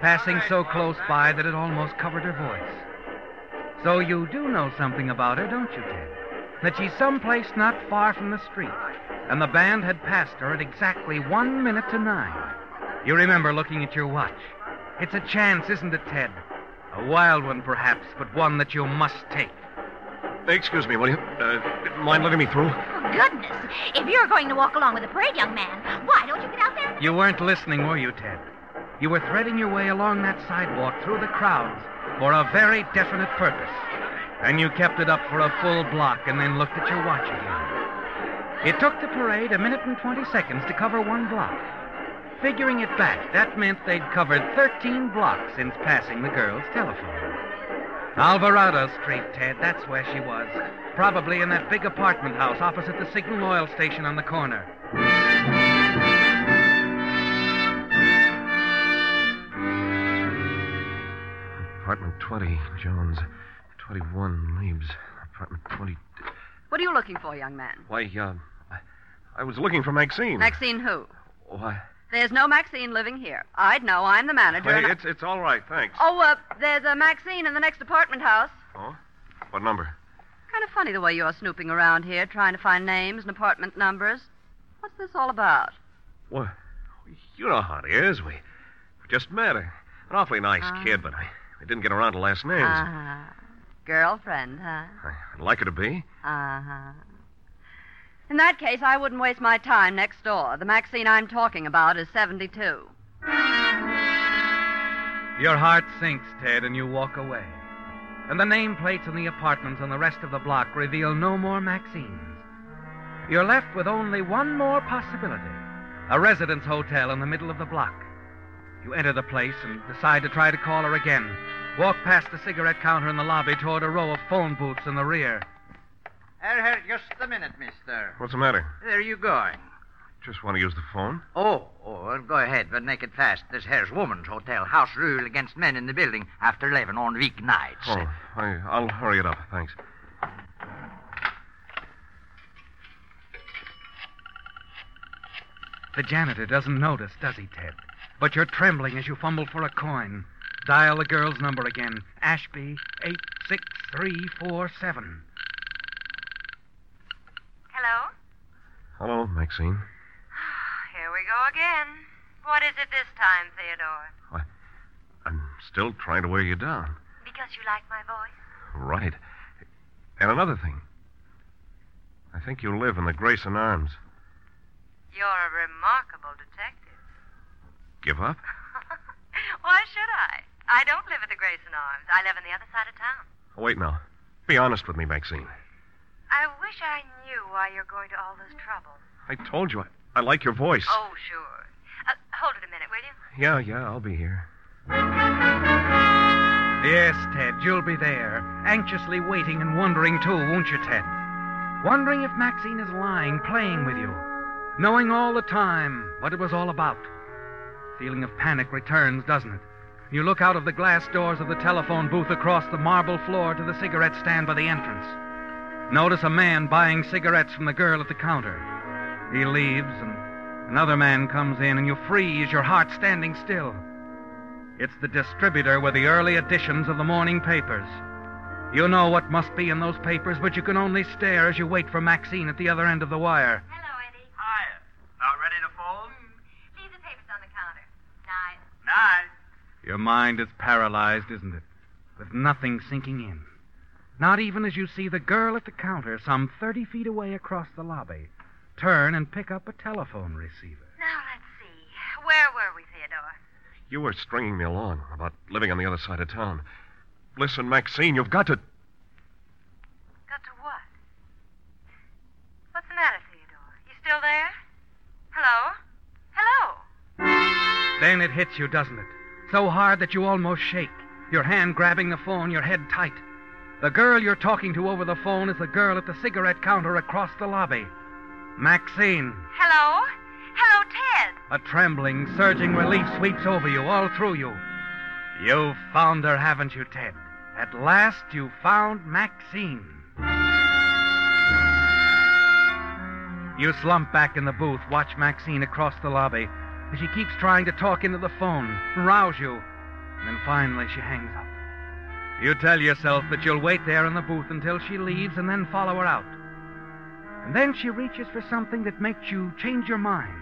N: passing so close by that it almost covered her voice. So you do know something about her, don't you, Ted? That she's someplace not far from the street, and the band had passed her at exactly one minute to nine. You remember looking at your watch. It's a chance, isn't it, Ted? A wild one, perhaps, but one that you must take.
P: Excuse me, will you? Uh, mind letting me through?
T: Oh, Goodness, if you're going to walk along with the parade, young man, why don't you get out there?
N: You weren't listening, were you, Ted? You were threading your way along that sidewalk through the crowds for a very definite purpose. And you kept it up for a full block and then looked at your watch again. It took the parade a minute and 20 seconds to cover one block. Figuring it back, that meant they'd covered 13 blocks since passing the girl's telephone. Alvarado Street, Ted, that's where she was. Probably in that big apartment house opposite the Signal Oil Station on the corner.
P: Apartment 20, Jones. 21, Leaves. Apartment 20.
V: What are you looking for, young man?
P: Why, uh, I- I was looking for Maxine.
V: Maxine who?
P: Why?
V: There's no Maxine living here. I'd know. I'm the manager.
P: Hey,
V: and I-
P: it's, it's all right, thanks.
V: Oh, uh, there's a Maxine in the next apartment house.
P: Oh? What number?
V: Kind of funny the way you're snooping around here, trying to find names and apartment numbers. What's this all about?
P: What? You know how it is. We we just met. An awfully nice
V: Ah.
P: kid, but I, I didn't get around to last names.
V: Ah, girlfriend, huh?
P: I'd like her to be.
V: Uh huh. In that case, I wouldn't waste my time next door. The Maxine I'm talking about is 72.
N: Your heart sinks, Ted, and you walk away. And the nameplates on the apartments on the rest of the block reveal no more Maxines. You're left with only one more possibility a residence hotel in the middle of the block. You enter the place and decide to try to call her again. Walk past the cigarette counter in the lobby toward a row of phone booths in the rear.
O: Here, here, just a minute, mister.
P: What's the matter?
O: Where are you going?
P: Just want to use the phone?
O: Oh, oh, well, go ahead, but make it fast. This here's woman's hotel. House rule against men in the building after 11 on weeknights.
P: Oh, I, I'll hurry it up. Thanks.
N: The janitor doesn't notice, does he, Ted? But you're trembling as you fumble for a coin. Dial the girl's number again Ashby 86347.
T: Hello?
P: Hello, Maxine.
T: Here we go again. What is it this time, Theodore?
P: I'm still trying to wear you down.
T: Because you like my voice?
P: Right. And another thing. I think you live in the Grayson Arms.
Q: You're a remarkable detective. (laughs)
P: Give up?
Q: Why should I? I don't live at the Grayson Arms. I live on the other side of town.
P: Oh, wait now. Be honest with me, Maxine.
Q: I wish I knew why you're going to all this trouble.
P: I told you I, I like your voice.
Q: Oh, sure. Uh, hold it a minute, will you?
P: Yeah, yeah, I'll be here.
N: Yes, Ted, you'll be there, anxiously waiting and wondering too, won't you, Ted? Wondering if Maxine is lying, playing with you, knowing all the time what it was all about. Feeling of panic returns, doesn't it? You look out of the glass doors of the telephone booth across the marble floor to the cigarette stand by the entrance. Notice a man buying cigarettes from the girl at the counter. He leaves, and another man comes in, and you freeze, your heart standing still. It's the distributor with the early editions of the morning papers. You know what must be in those papers, but you can only stare as you wait for Maxine at the other end of the wire.
S: Hiya. Not ready to fold?
Q: Hmm.
T: Leave the papers on the counter. Nine.
S: Nine.
N: Your mind is paralyzed, isn't it? With nothing sinking in. Not even as you see the girl at the counter, some 30 feet away across the lobby, turn and pick up a telephone receiver.
Q: Now, let's see. Where were we, Theodore?
P: You were stringing me along about living on the other side of town. Listen, Maxine, you've got to.
Q: Got to what? What's the matter, Theodore? You still there? Hello? Hello?
N: Then it hits you, doesn't it? So hard that you almost shake, your hand grabbing the phone, your head tight. The girl you're talking to over the phone is the girl at the cigarette counter across the lobby. Maxine.
Q: Hello? Hello, Ted.
N: A trembling, surging relief sweeps over you, all through you. You've found her, haven't you, Ted? At last you found Maxine. You slump back in the booth, watch Maxine across the lobby. She keeps trying to talk into the phone, rouse you, and then finally she hangs up. You tell yourself that you'll wait there in the booth until she leaves and then follow her out. And then she reaches for something that makes you change your mind.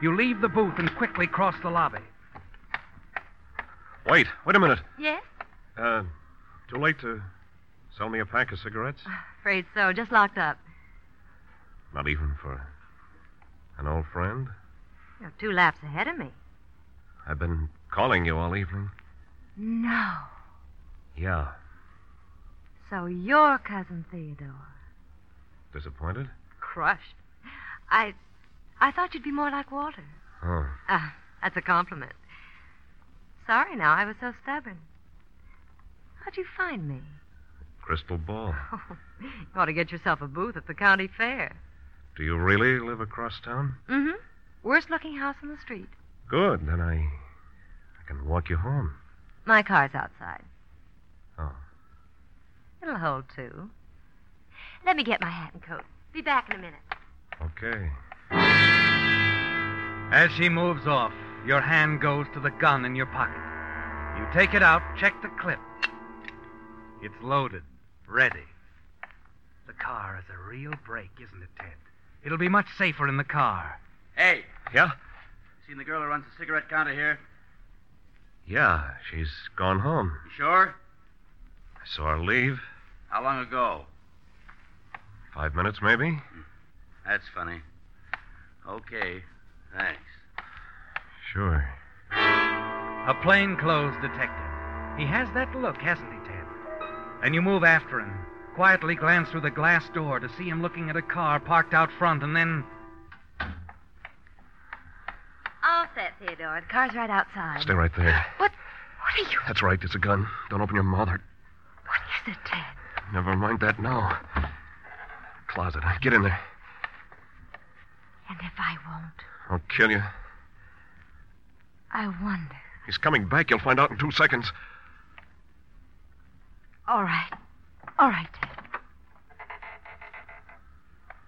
N: You leave the booth and quickly cross the lobby.
P: Wait, wait a minute.
V: Yes?
P: Uh, too late to sell me a pack of cigarettes?
V: Afraid so. Just locked up.
P: Not even for an old friend?
Q: You're two laps ahead of me.
P: I've been calling you all evening.
Q: No.
P: Yeah.
Q: So you're Cousin Theodore.
P: Disappointed?
Q: Crushed. I. I thought you'd be more like Walter.
P: Oh.
Q: Ah, that's a compliment. Sorry now, I was so stubborn. How'd you find me? (laughs) Oh,
P: Crystal ball.
Q: You ought to get yourself a booth at the county fair.
P: Do you really live across town?
Q: Mm hmm. Worst looking house on the street.
P: Good. Then I. I can walk you home.
Q: My car's outside.
P: Oh.
Q: It'll hold two. Let me get my hat and coat. Be back in a minute.
P: Okay.
N: As she moves off, your hand goes to the gun in your pocket. You take it out, check the clip. It's loaded, ready. The car is a real break, isn't it, Ted? It'll be much safer in the car.
R: Hey,
P: Yeah?
R: seen the girl who runs the cigarette counter here?
P: Yeah, she's gone home.
R: You sure?
P: I saw her leave.
R: How long ago?
P: Five minutes, maybe.
R: That's funny. Okay, thanks.
P: Sure.
N: A plainclothes detective. He has that look, hasn't he, Ted? And you move after him, quietly glance through the glass door to see him looking at a car parked out front, and then
Q: All set, Theodore. The car's right outside.
P: Stay right there.
Q: What? What are you?
P: That's right. It's a gun. Don't open your mouth or.
Q: What is it, Ted?
P: Never mind that now. Closet. Get in there.
Q: And if I won't,
P: I'll kill you.
Q: I wonder.
P: He's coming back. You'll find out in two seconds.
Q: All right. All right, Ted.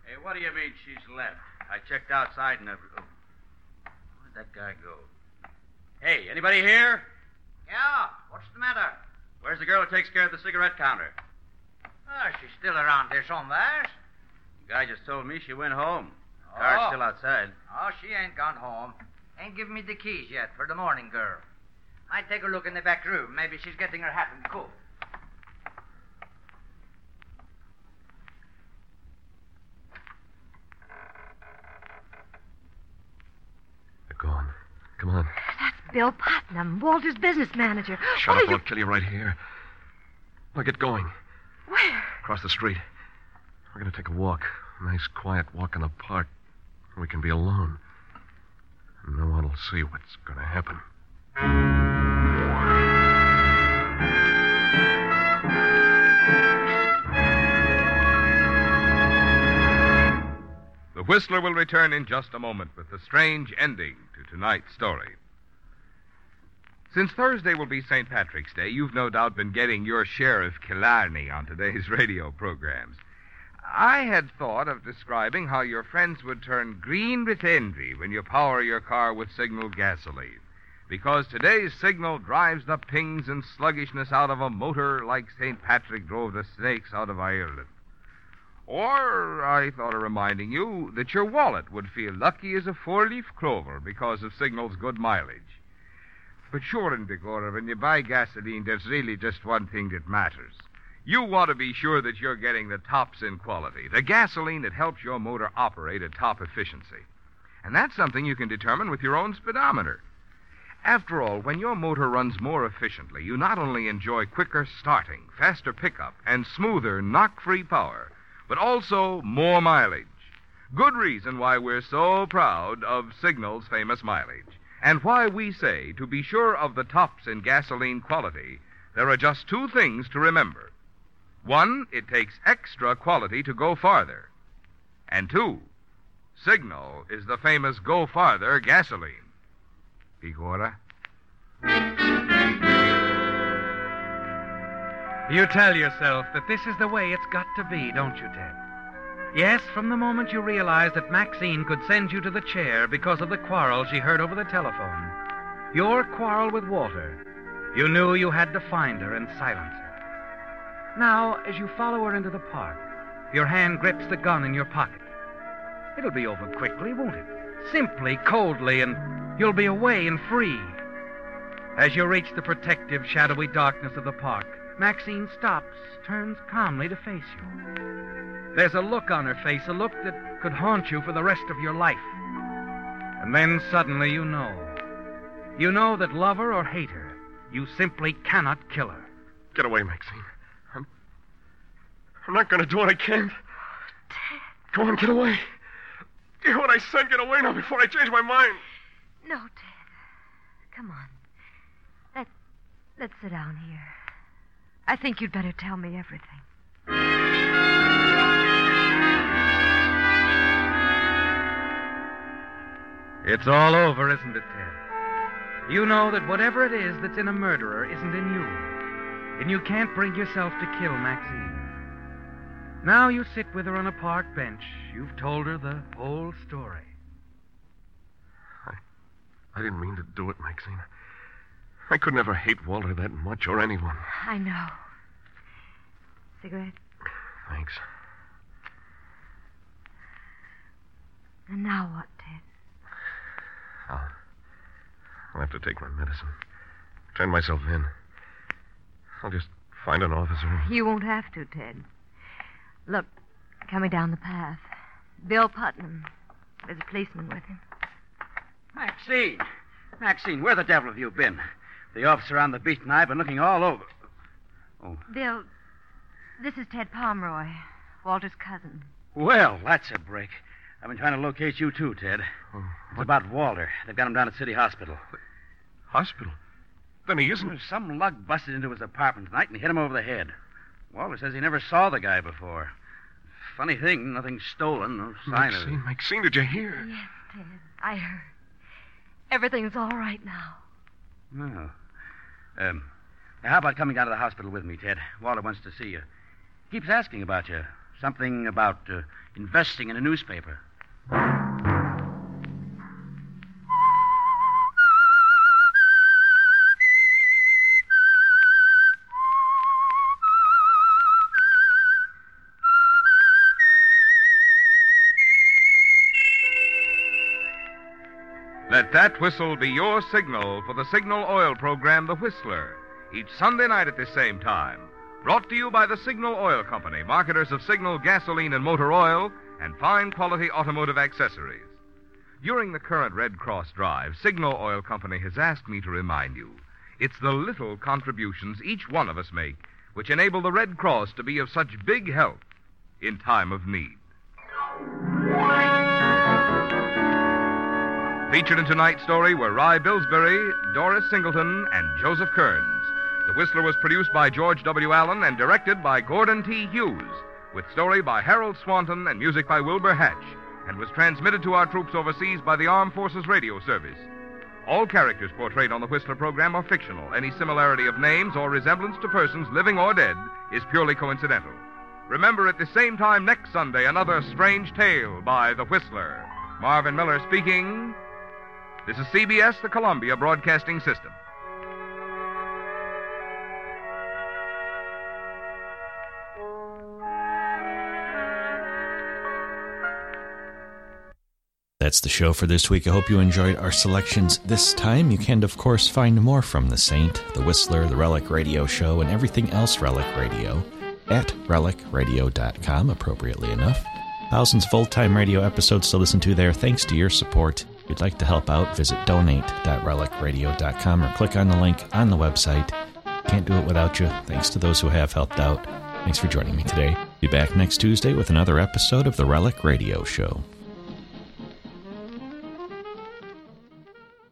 R: Hey, what do you mean she's left? I checked outside and every. Oh. Where'd that guy go? Hey, anybody here? Yeah, what's the matter? Where's the girl who takes care of the cigarette counter?
O: Oh, she's still around here somewhere.
R: The guy just told me she went home. The car's
O: Oh.
R: still outside.
O: Oh, she ain't gone home. Ain't given me the keys yet for the morning girl. I take a look in the back room. Maybe she's getting her hat and coat.
P: They're gone. Come on.
Q: Bill Putnam, Walter's business manager.
P: Shut
Q: what
P: up.
Q: are
P: I'll
Q: you?
P: kill you right here. Now get going.
Q: Where?
P: Across the street. We're going to take a walk. Nice, quiet walk in the park. We can be alone. No one will see what's going to happen.
M: The Whistler will return in just a moment with the strange ending to tonight's story. Since Thursday will be St. Patrick's (laughs) Day, you've no doubt been getting your share of Killarney on today's radio programs. I had thought of describing how your friends would turn green with envy when you power your car with signal gasoline. Because today's signal drives the pings and sluggishness out of a motor like St. Patrick drove the snakes out of Ireland. Or I thought of reminding you that your wallet would feel lucky as a four leaf clover because of signal's good mileage. But sure and begorra, when you buy gasoline, there's really just one thing that matters. You want to be sure that you're getting the tops in quality, the gasoline that helps your motor operate at top efficiency. And that's something you can determine with your own speedometer. After all, when your motor runs more efficiently, you not only enjoy quicker starting, faster pickup, and smoother knock free power, but also more mileage. Good reason why we're so proud of Signal's famous mileage, and why we say to be sure of the tops in gasoline quality, there are just two things to remember. One, it takes extra quality to go farther. And two, Signal is the famous Go Farther gasoline. Igora?
N: You tell yourself that this is the way it's got to be, don't you, Ted? Yes, from the moment you realized that Maxine could send you to the chair because of the quarrel she heard over the telephone, your quarrel with Walter, you knew you had to find her and silence her. Now, as you follow her into the park, your hand grips the gun in your pocket. It'll be over quickly, won't it? Simply, coldly, and you'll be away and free. As you reach the protective, shadowy darkness of the park, Maxine stops, turns calmly to face you. There's a look on her face, a look that could haunt you for the rest of your life. And then suddenly you know. You know that love her or hate her, you simply cannot kill her.
P: Get away, Maxine. I'm. I'm not going to do what I can. Come on, get away. Hear what I said. Get away now before I change my mind.
Q: No, Ted. Come on. Let, let's sit down here. I think you'd better tell me everything.
N: It's all over, isn't it, Ted? You know that whatever it is that's in a murderer isn't in you. And you can't bring yourself to kill Maxine. Now you sit with her on a park bench. You've told her the whole story.
P: I didn't mean to do it, Maxine. I could never hate Walter that much or anyone.
Q: I know. Cigarette.
P: Thanks.
Q: And now what, Ted?
P: I'll, I'll have to take my medicine. Turn myself in. I'll just find an officer.
Q: You won't have to, Ted. Look, coming down the path, Bill Putnam. There's a policeman with him.
U: Maxine! Maxine, where the devil have you been? The officer on the beach and I have been looking all over.
Q: Bill, this is Ted Pomeroy, Walter's cousin.
U: Well, that's a break. I've been trying to locate you, too, Ted.
P: Oh,
U: It's about Walter. They've got him down at City Hospital.
P: Hospital? Then he isn't.
U: Some lug busted into his apartment tonight and hit him over the head. Walter says he never saw the guy before. Funny thing, nothing stolen, no sign of it.
P: Maxine, Maxine, did you hear?
Q: Yes, Ted, I heard. Everything's all right now.
U: No. Um, how about coming down to the hospital with me, Ted? Walter wants to see you. Keeps asking about you. Something about uh, investing in a newspaper.
W: Let that whistle be your signal for the Signal Oil program, The Whistler, each Sunday night at this same time. Brought to you by the Signal Oil Company, marketers of Signal gasoline and motor oil and fine quality automotive accessories. During the current Red Cross drive, Signal Oil Company has asked me to remind you it's the little contributions each one of us make which enable the Red Cross to be of such big help in time of need. Featured in tonight's story were Rye Billsbury, Doris Singleton, and Joseph Kearns. The Whistler was produced by George W. Allen and directed by Gordon T. Hughes, with story by Harold Swanton and music by Wilbur Hatch, and was transmitted to our troops overseas by the Armed Forces Radio Service. All characters portrayed on the Whistler program are fictional. Any similarity of names or resemblance to persons living or dead is purely coincidental.
M: Remember, at the same time next Sunday, another strange tale by The Whistler. Marvin Miller speaking. This is CBS, the Columbia Broadcasting System.
A: That's the show for this week. I hope you enjoyed our selections this time. You can, of course, find more from The Saint, The Whistler, The Relic Radio Show, and everything else Relic Radio at relicradio.com, appropriately enough. Thousands of old time radio episodes to listen to there. Thanks to your support. If you'd like to help out, visit donate.relicradio.com or click on the link on the website. Can't do it without you. Thanks to those who have helped out. Thanks for joining me today. Be back next Tuesday with another episode of The Relic Radio Show.